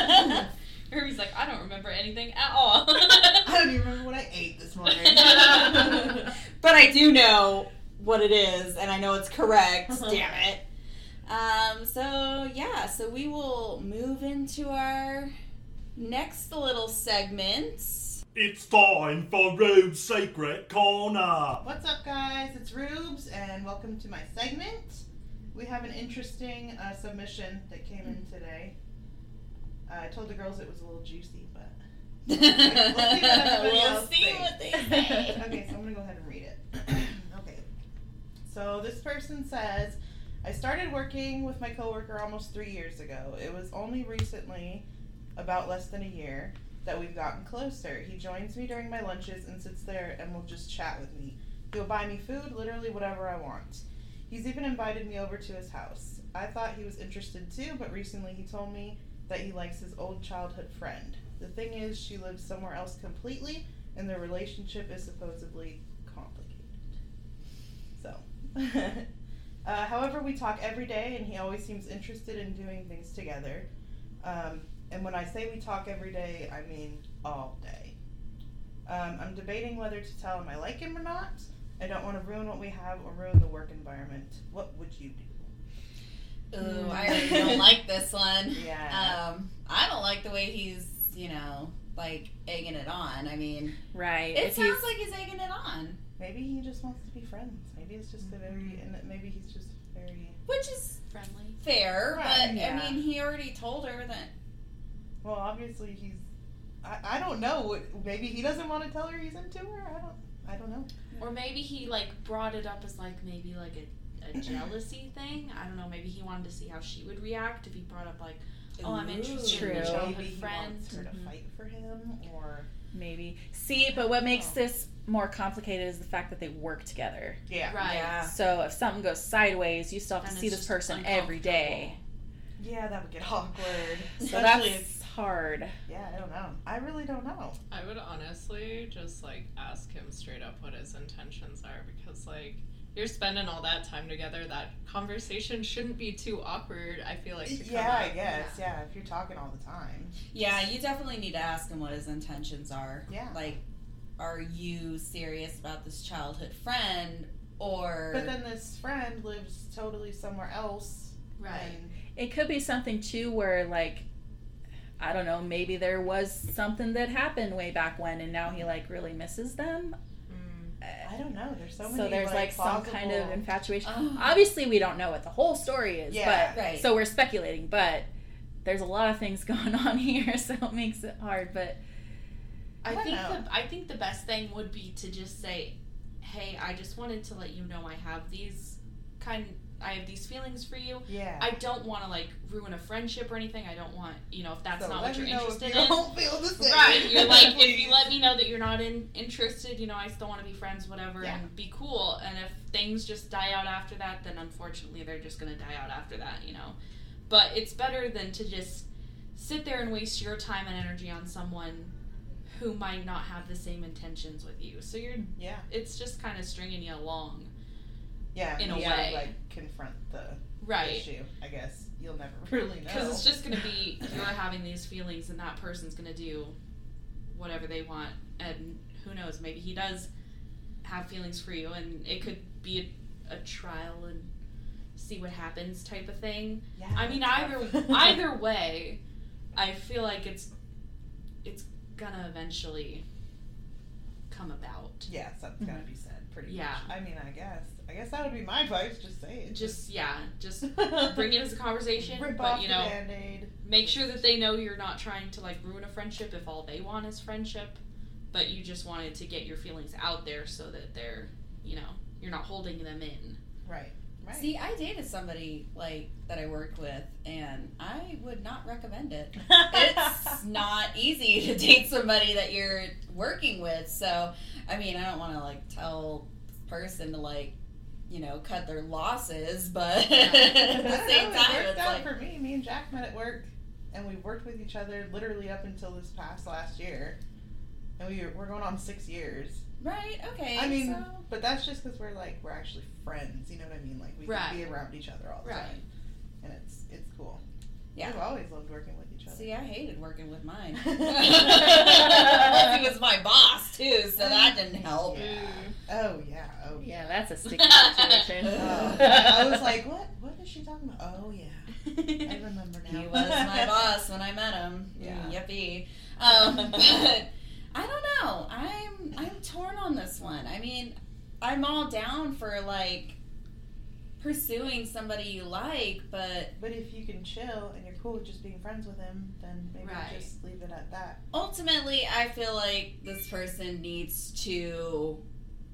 Speaker 5: Herbie's like, I don't remember anything at all.
Speaker 4: I don't even remember what I ate this morning.
Speaker 1: but I do know what it is, and I know it's correct. Damn it. Um, so yeah, so we will move into our next little segment.
Speaker 6: It's time for Rube's Secret Corner.
Speaker 4: What's up, guys? It's Rubes, and welcome to my segment. We have an interesting uh, submission that came in today. Uh, I told the girls it was a little juicy, but
Speaker 1: we'll
Speaker 4: everybody else
Speaker 1: see
Speaker 4: thinks.
Speaker 1: what they say.
Speaker 4: okay, so I'm gonna go ahead and read it. okay. So this person says, I started working with my coworker almost three years ago. It was only recently, about less than a year, that we've gotten closer. He joins me during my lunches and sits there and will just chat with me. He'll buy me food, literally whatever I want. He's even invited me over to his house. I thought he was interested too, but recently he told me that he likes his old childhood friend. The thing is, she lives somewhere else completely, and their relationship is supposedly complicated. So, uh, however, we talk every day, and he always seems interested in doing things together. Um, and when I say we talk every day, I mean all day. Um, I'm debating whether to tell him I like him or not. I don't want to ruin what we have or ruin the work environment. What would you do?
Speaker 1: Ooh, I really don't like this one.
Speaker 4: Yeah.
Speaker 1: Um, I don't like the way he's, you know, like egging it on. I mean,
Speaker 2: Right.
Speaker 1: it
Speaker 2: if he's-
Speaker 1: sounds like he's egging it on,
Speaker 4: Maybe he just wants to be friends. Maybe it's just a very, and maybe he's just very.
Speaker 1: which is
Speaker 5: Friendly.
Speaker 1: fair.
Speaker 4: Right,
Speaker 1: but
Speaker 2: yeah.
Speaker 1: I mean, he already told her that.
Speaker 4: Well, obviously he's. I, I don't know. what- Maybe he doesn't want to tell her he's into her. I don't. I don't know.
Speaker 5: Or maybe he like brought it up as like maybe like a, a jealousy thing. I don't know. Maybe he wanted to see how she would react if he brought up like, oh, I'm interested in
Speaker 2: True.
Speaker 5: your childhood
Speaker 4: Maybe he
Speaker 5: friend.
Speaker 4: wants her to fight for him, or
Speaker 2: Maybe. See, but what makes this more complicated is the fact that they work together.
Speaker 4: yeah,
Speaker 5: Right.
Speaker 1: Yeah.
Speaker 2: So if something goes sideways, you still have to
Speaker 5: And
Speaker 2: see
Speaker 5: it's
Speaker 2: this
Speaker 5: just
Speaker 2: person every day.
Speaker 4: yeah, that would get awkward.
Speaker 2: So
Speaker 4: Especially if,
Speaker 2: that's hard.
Speaker 4: yeah, I don't know. I really don't know.
Speaker 7: I would honestly just like ask him straight up what his intentions are because like you're spending all that time together. That conversation shouldn't be too awkward. I feel like. To come
Speaker 4: yeah, I
Speaker 7: up.
Speaker 4: guess. Yeah, if you're talking all the time.
Speaker 1: Yeah, you definitely need to ask him what his intentions are.
Speaker 4: Yeah.
Speaker 1: Like, are you serious about this childhood friend, or
Speaker 4: But then this friend lives totally somewhere else.
Speaker 5: Right.
Speaker 4: and-
Speaker 2: It could be something too where like I don't know, maybe there was something that happened way back when and now he like really misses them.
Speaker 5: Mm.
Speaker 4: I don't know. There's so
Speaker 2: So,
Speaker 4: many.
Speaker 2: there's like, some
Speaker 4: like,
Speaker 2: kind of
Speaker 4: plausible-
Speaker 2: infatuation.
Speaker 1: Oh.
Speaker 2: Obviously we don't know what the whole story is,
Speaker 4: Yeah.
Speaker 2: but
Speaker 1: Right.
Speaker 2: so we're speculating, but there's a lot of things going on here, so it makes it hard, but
Speaker 5: I
Speaker 4: don't
Speaker 5: think
Speaker 4: know.
Speaker 5: the I think the best thing would be to just say, "Hey, I just wanted to let you know I have these kind I have these feelings for you.
Speaker 4: Yeah.
Speaker 5: I don't want to like ruin a friendship or anything. I don't want, you know, if that's
Speaker 4: So
Speaker 5: not
Speaker 4: let
Speaker 5: what
Speaker 4: me
Speaker 5: you're
Speaker 4: know if
Speaker 5: interested
Speaker 4: you
Speaker 5: in.
Speaker 4: Don't feel the same.
Speaker 5: Right, you're like if you let me know that you're not in, interested, you know, I still want to be friends, whatever,
Speaker 4: Yeah.
Speaker 5: and be cool. And if things just die out after that, then unfortunately they're just gonna die out after that, you know. But it's better than to just sit there and waste your time and energy on someone who might not have the same intentions with you. So you're,
Speaker 4: Yeah.
Speaker 5: it's just kind of stringing you along,
Speaker 4: Yeah.
Speaker 5: in a
Speaker 4: you gotta,
Speaker 5: way.
Speaker 4: Like confront the
Speaker 5: right?
Speaker 4: issue. I guess you'll never really know.
Speaker 5: Because it's just going to be you're having these feelings, and that person's going to do whatever they want, and who knows? Maybe he does have feelings for you, and it could be a, a trial and see what happens type of thing.
Speaker 4: Yeah,
Speaker 5: I mean,
Speaker 4: that's
Speaker 5: either
Speaker 4: rough.
Speaker 5: either way, I feel like it's it's gonna eventually come about.
Speaker 4: Yeah, something's gotta be said. Pretty
Speaker 5: Yeah.
Speaker 4: much. I mean, I guess. I guess that would be my advice. Just say it.
Speaker 5: Just yeah, just bring it as a conversation,
Speaker 4: Rip
Speaker 5: but
Speaker 4: off
Speaker 5: you
Speaker 4: the
Speaker 5: know.
Speaker 4: band-aid.
Speaker 5: make sure that they know you're not trying to like ruin a friendship if all they want is friendship but you just wanted to get your feelings out there so that they're you know you're not holding them in
Speaker 4: Right. Right.
Speaker 1: See, I dated somebody like that I worked with, and I would not recommend it. It's not easy to date somebody that you're working with. So, I mean, I don't want to like tell this person to like, you know, cut their losses, but at
Speaker 4: I
Speaker 1: the
Speaker 4: don't
Speaker 1: same
Speaker 4: know,
Speaker 1: time,
Speaker 4: it worked
Speaker 1: it's
Speaker 4: out
Speaker 1: like,
Speaker 4: for me. Me and Jack met at work, and we worked with each other literally up until this past last year, and we were, we're going on six years.
Speaker 1: right? Okay.
Speaker 4: I mean,
Speaker 1: so-
Speaker 4: but that's just because we're like we're actually friends. You know what I mean? Like we
Speaker 5: Right.
Speaker 4: can be around each other all the
Speaker 5: Right.
Speaker 4: time. and it's it's cool.
Speaker 1: Yeah.
Speaker 4: We've always loved working with each other.
Speaker 1: See, I hated working with mine.
Speaker 4: Yeah.
Speaker 1: he was my boss too, so that didn't help.
Speaker 7: Mm,
Speaker 4: Oh yeah. Oh yeah.
Speaker 2: Yeah, that's a sticky situation.
Speaker 4: Oh, I was like, what? What is she talking about? Oh yeah, I remember now.
Speaker 1: He was my boss when I met him.
Speaker 4: Yeah.
Speaker 1: Yippee. Um, but I don't know. I'm I'm torn on this one. I mean, I'm all down for like pursuing somebody you like, but
Speaker 4: But if you can chill and you're cool with just being friends with him, then maybe
Speaker 1: Right.
Speaker 4: just leave it at that.
Speaker 1: ultimately, I feel like this person needs to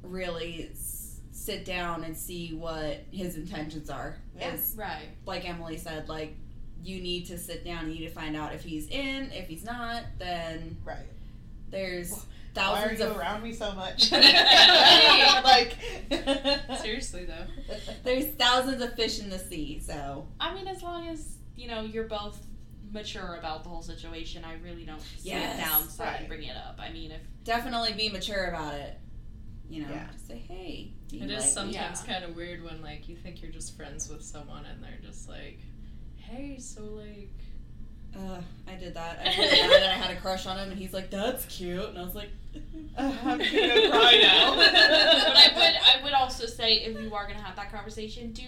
Speaker 1: really s- sit down and see what his intentions are.
Speaker 4: Yeah.
Speaker 1: Is
Speaker 7: Right.
Speaker 1: like Emily said, like you need to sit down. and You need to find out if he's in. If he's not, then
Speaker 4: Right.
Speaker 1: there's
Speaker 4: Why are
Speaker 1: thousands
Speaker 4: you
Speaker 1: of
Speaker 4: around me so much? like.
Speaker 7: Seriously though.
Speaker 1: there's thousands of fish in the sea. So
Speaker 3: I mean, as long as you know you're both mature about the whole situation, I really don't see
Speaker 1: Yes.
Speaker 3: a downside
Speaker 4: Right.
Speaker 3: in bringing it up. I mean, if
Speaker 1: definitely be mature about it. You know,
Speaker 4: Yeah.
Speaker 1: just say hey. do you
Speaker 7: It
Speaker 1: like
Speaker 7: is
Speaker 1: me?"
Speaker 7: sometimes kind of weird when like you think you're just friends with someone and they're just like, hey, so like,
Speaker 1: Ugh, I did that. I did that. and I had a crush on him, and he's like, "That's cute," and I was like,
Speaker 4: I'm gonna cry now.
Speaker 3: but I would I would also say if you are gonna have that conversation, do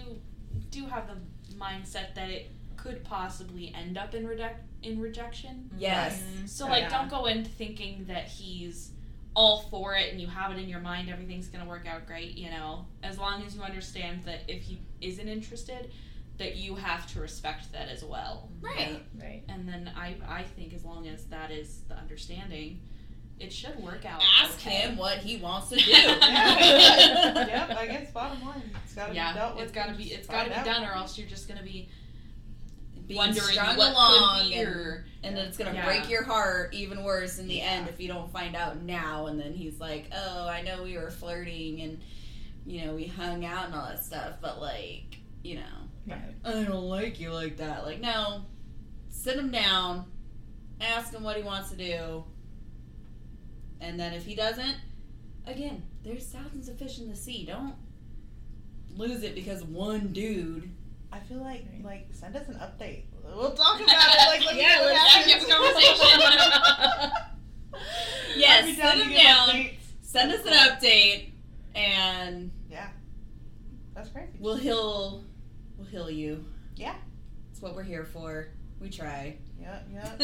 Speaker 3: do have the mindset that it could possibly end up in reject in rejection.
Speaker 1: "Yes."
Speaker 3: So like
Speaker 7: Yeah.
Speaker 3: don't go in thinking that he's all for it and you have it in your mind everything's gonna work out great, you know. As long as you understand that if he isn't interested, that you have to respect that as well.
Speaker 1: Right.
Speaker 2: Right.
Speaker 3: And then I I think as long as that is the understanding, it should work out.
Speaker 1: Ask
Speaker 3: Oh, okay.
Speaker 1: him what he wants to do.
Speaker 4: Yeah. yep. I guess bottom line, it's gotta
Speaker 3: yeah,
Speaker 4: be dealt with.
Speaker 3: it's gotta
Speaker 4: and
Speaker 3: be
Speaker 4: just
Speaker 3: it's gotta be
Speaker 4: find out.
Speaker 3: done, or else you're just gonna be
Speaker 1: Being
Speaker 3: wondering
Speaker 1: strung
Speaker 3: what
Speaker 1: along
Speaker 3: could be
Speaker 1: and-
Speaker 3: or-
Speaker 1: And then it's gonna
Speaker 3: Yeah.
Speaker 1: break your heart even worse in the
Speaker 4: Yeah.
Speaker 1: end if you don't find out now. And then he's like, "Oh, I know we were flirting and you know we hung out and all that stuff, but like you know,
Speaker 4: Right.
Speaker 1: I don't like you like that." Like, no, sit him down, ask him what he wants to do, and then if he doesn't, again, there's thousands of fish in the sea. Don't lose it because one dude.
Speaker 4: I feel like like send us an update. We'll talk about it. Like let me
Speaker 2: Yeah,
Speaker 4: know what
Speaker 2: let's
Speaker 3: have
Speaker 4: happens.
Speaker 3: this conversation.
Speaker 1: Yes,
Speaker 4: I'd be
Speaker 1: sit
Speaker 4: to
Speaker 1: him
Speaker 4: give
Speaker 1: down.
Speaker 4: updates.
Speaker 1: Send us an update and.
Speaker 4: That's crazy.
Speaker 1: We'll heal. We'll heal you.
Speaker 4: Yeah.
Speaker 1: It's what we're here for. We try.
Speaker 4: Yeah, yeah.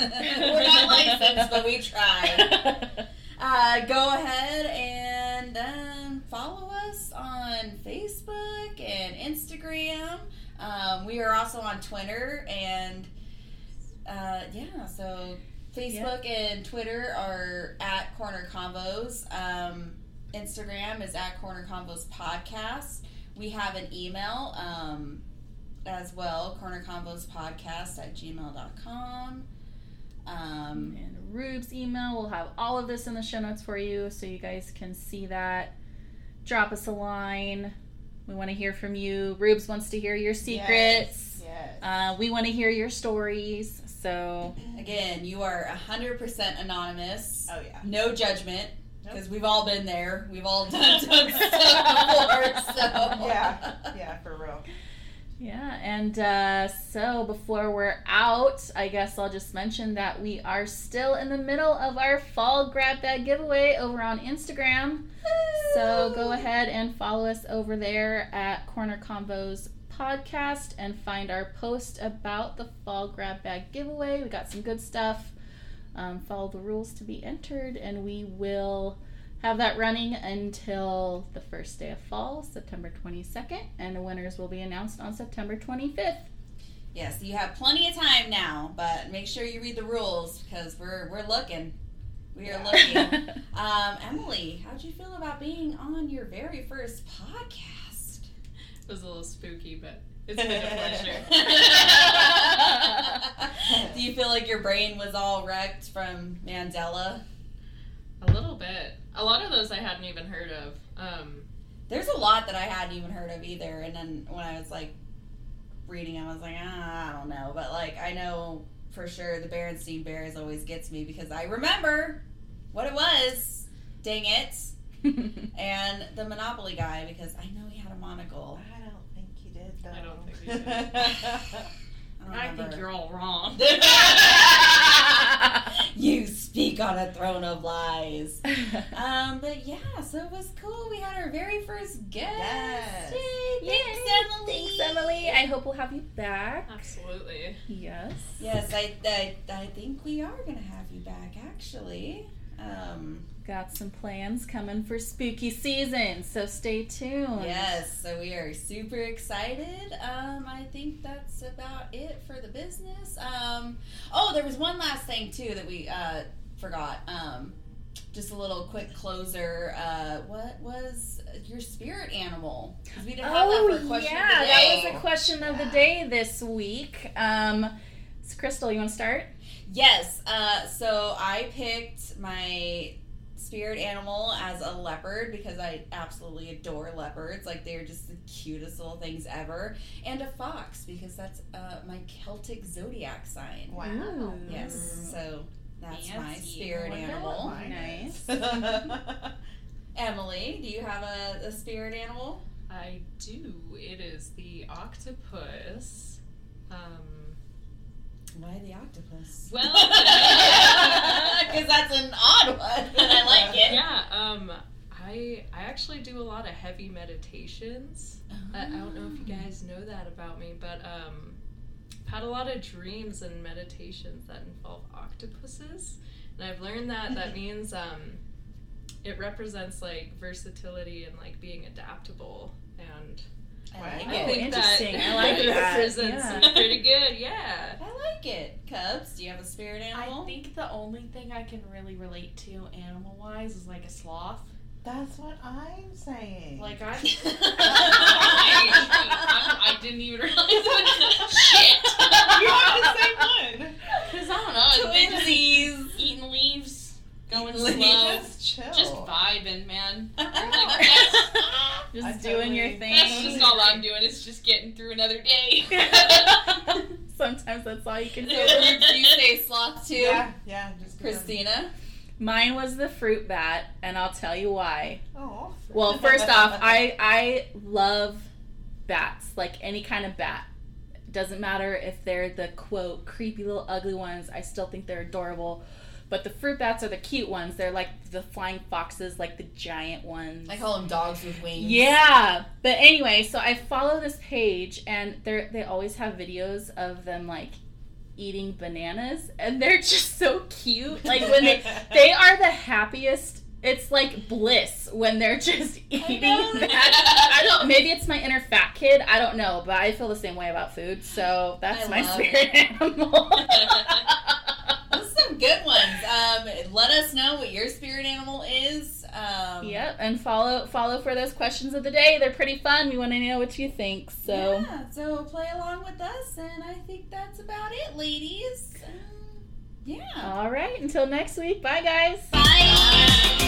Speaker 1: we're not licensed, but we try. Uh, go ahead and um, follow us on Facebook and Instagram. Um, we are also on Twitter and uh, yeah, so Facebook and Twitter are at Corner Combos. Um, Instagram is at Corner Combos Podcast. We have an email um, as well, Corner Combos Podcast at gmail.com. Um,
Speaker 2: and Rube's email. We'll have all of this in the show notes for you so you guys can see that. Drop us a line. We want to hear from you. Rubes wants to hear your secrets.
Speaker 4: Yes.
Speaker 2: Uh, we want to hear your stories. So,
Speaker 1: Again, you are 100% anonymous.
Speaker 4: Oh yeah.
Speaker 1: No judgment, because we've all been there. We've all done dumb stuff before. So.
Speaker 4: Yeah. Yeah, for real.
Speaker 2: yeah. And uh, so, before we're out, I guess I'll just mention that we are still in the middle of our fall grab bag giveaway over on Instagram. So go ahead and follow us over there at Corner Combos Podcast and find our post about the fall grab bag giveaway. We got some good stuff. Um, follow the rules to be entered, and we will have that running until the first day of fall, September 22nd, and the winners will be announced on September 25th.
Speaker 1: Yes, you have plenty of time now, but make sure you read the rules because we're we're looking. We are looking. Um, Emily, how'd you feel about being on your very first podcast?
Speaker 7: it was a little spooky, but it's been a pleasure.
Speaker 1: Do you feel like your brain was all wrecked from Mandela?
Speaker 7: A little bit. A lot of those I hadn't even heard of. Um,
Speaker 1: There's a lot that I hadn't even heard of either. And then when I was like reading, I was like, ah, I don't know. But like, I know for sure the Berenstein Bears always gets me because I remember what it was. Dang it. And the Monopoly guy because I know he had a monocle.
Speaker 4: I don't think you did though.
Speaker 7: I don't think you
Speaker 4: did.
Speaker 3: I
Speaker 1: remember.
Speaker 3: think you're all wrong.
Speaker 1: you speak on a throne of lies. Um, but yeah, so it was cool. We had our very first guest.
Speaker 4: Yes.
Speaker 1: Yay, thanks, Emily.
Speaker 2: Thanks, Emily. I hope we'll have you back.
Speaker 7: Absolutely.
Speaker 2: Yes.
Speaker 1: Yes, I, I, I think we are gonna have you back actually. Um,
Speaker 2: Got some plans coming for spooky season, so stay tuned.
Speaker 1: yes, so we are super excited. Um, I think that's about it for the business. Um, oh, there was one last thing too that we uh, forgot. Um, just a little quick closer. Uh, what was your spirit animal? 'Cause we didn't have that for
Speaker 2: Oh,
Speaker 1: question
Speaker 2: yeah,
Speaker 1: of the
Speaker 2: that
Speaker 1: day.
Speaker 2: was a question of the
Speaker 1: Yeah.
Speaker 2: day this week. Um, so Crystal, you want to start?
Speaker 1: Yes. Uh, so I picked my spirit animal as a leopard because I absolutely adore leopards. Like they're just the cutest little things ever, and a fox because that's uh, my Celtic zodiac sign.
Speaker 4: Wow.
Speaker 2: Ooh.
Speaker 1: Yes. So that's my
Speaker 3: Fancy.
Speaker 1: spirit
Speaker 4: Wonder what
Speaker 1: animal.
Speaker 4: mine is.
Speaker 1: Emily, do you have a, a spirit animal?
Speaker 7: I do. It is the octopus. Um,
Speaker 1: Why the octopus?
Speaker 7: well,
Speaker 1: Because that's an odd one, but I like it.
Speaker 7: yeah. Um, I I actually do a lot of heavy meditations. I, I don't know if you guys know that about me, but um, I've had a lot of dreams and meditations that involve octopuses, and I've learned that that means um, it represents like versatility and like being adaptable. And
Speaker 1: I like
Speaker 4: Oh,
Speaker 7: I
Speaker 1: it.
Speaker 7: think
Speaker 2: interesting.
Speaker 7: that
Speaker 2: I like that.
Speaker 7: represents
Speaker 2: Yeah.
Speaker 7: pretty good. Yeah.
Speaker 1: I like it. Cubs, do you have a spirit animal?
Speaker 3: I think the only thing I can really relate to animal wise is like a sloth.
Speaker 4: That's what I'm saying.
Speaker 3: Like I
Speaker 7: I, I didn't even realize it. Shit.
Speaker 4: you have the same one.
Speaker 3: Cause I don't know. It's been just
Speaker 1: Twinsies.
Speaker 3: eating leaves, going
Speaker 1: Eating
Speaker 3: slow,
Speaker 4: Just chill.
Speaker 7: Just vibing, man.
Speaker 2: Just
Speaker 4: I
Speaker 2: doing your
Speaker 4: totally-
Speaker 2: thing.
Speaker 7: That's just all I'm doing is just getting through another day.
Speaker 2: Sometimes that's all you can do.
Speaker 1: So you- do you say sloth too?
Speaker 4: Yeah, yeah. Just give them-
Speaker 1: Christina?
Speaker 2: Mine was the fruit bat, and I'll tell you why.
Speaker 4: Oh.
Speaker 2: Well, first off, I I love bats, like any kind of bat. Doesn't matter if they're the quote creepy little ugly ones. I still think they're adorable. But the fruit bats are the cute ones. They're like the flying foxes, like the giant ones.
Speaker 1: I call them dogs with wings.
Speaker 2: Yeah, but anyway, so I follow this page, and they they always have videos of them like eating bananas, and they're just so cute. Like when they they are the happiest. It's like bliss when they're just eating that. I don't. Maybe it's my inner fat kid. I don't know, but I feel the same way about food. So that's
Speaker 1: I
Speaker 2: my
Speaker 1: love
Speaker 2: spirit animal.
Speaker 1: Those are some good ones. Um, let us know what your spirit animal is. Um,
Speaker 2: yep, and follow follow for those questions of the day. They're pretty fun. We want to know what you think. So.
Speaker 1: Yeah, so play along with us, and I think that's about it, ladies. Um, yeah.
Speaker 2: All right, until next week. Bye, guys.
Speaker 1: Bye.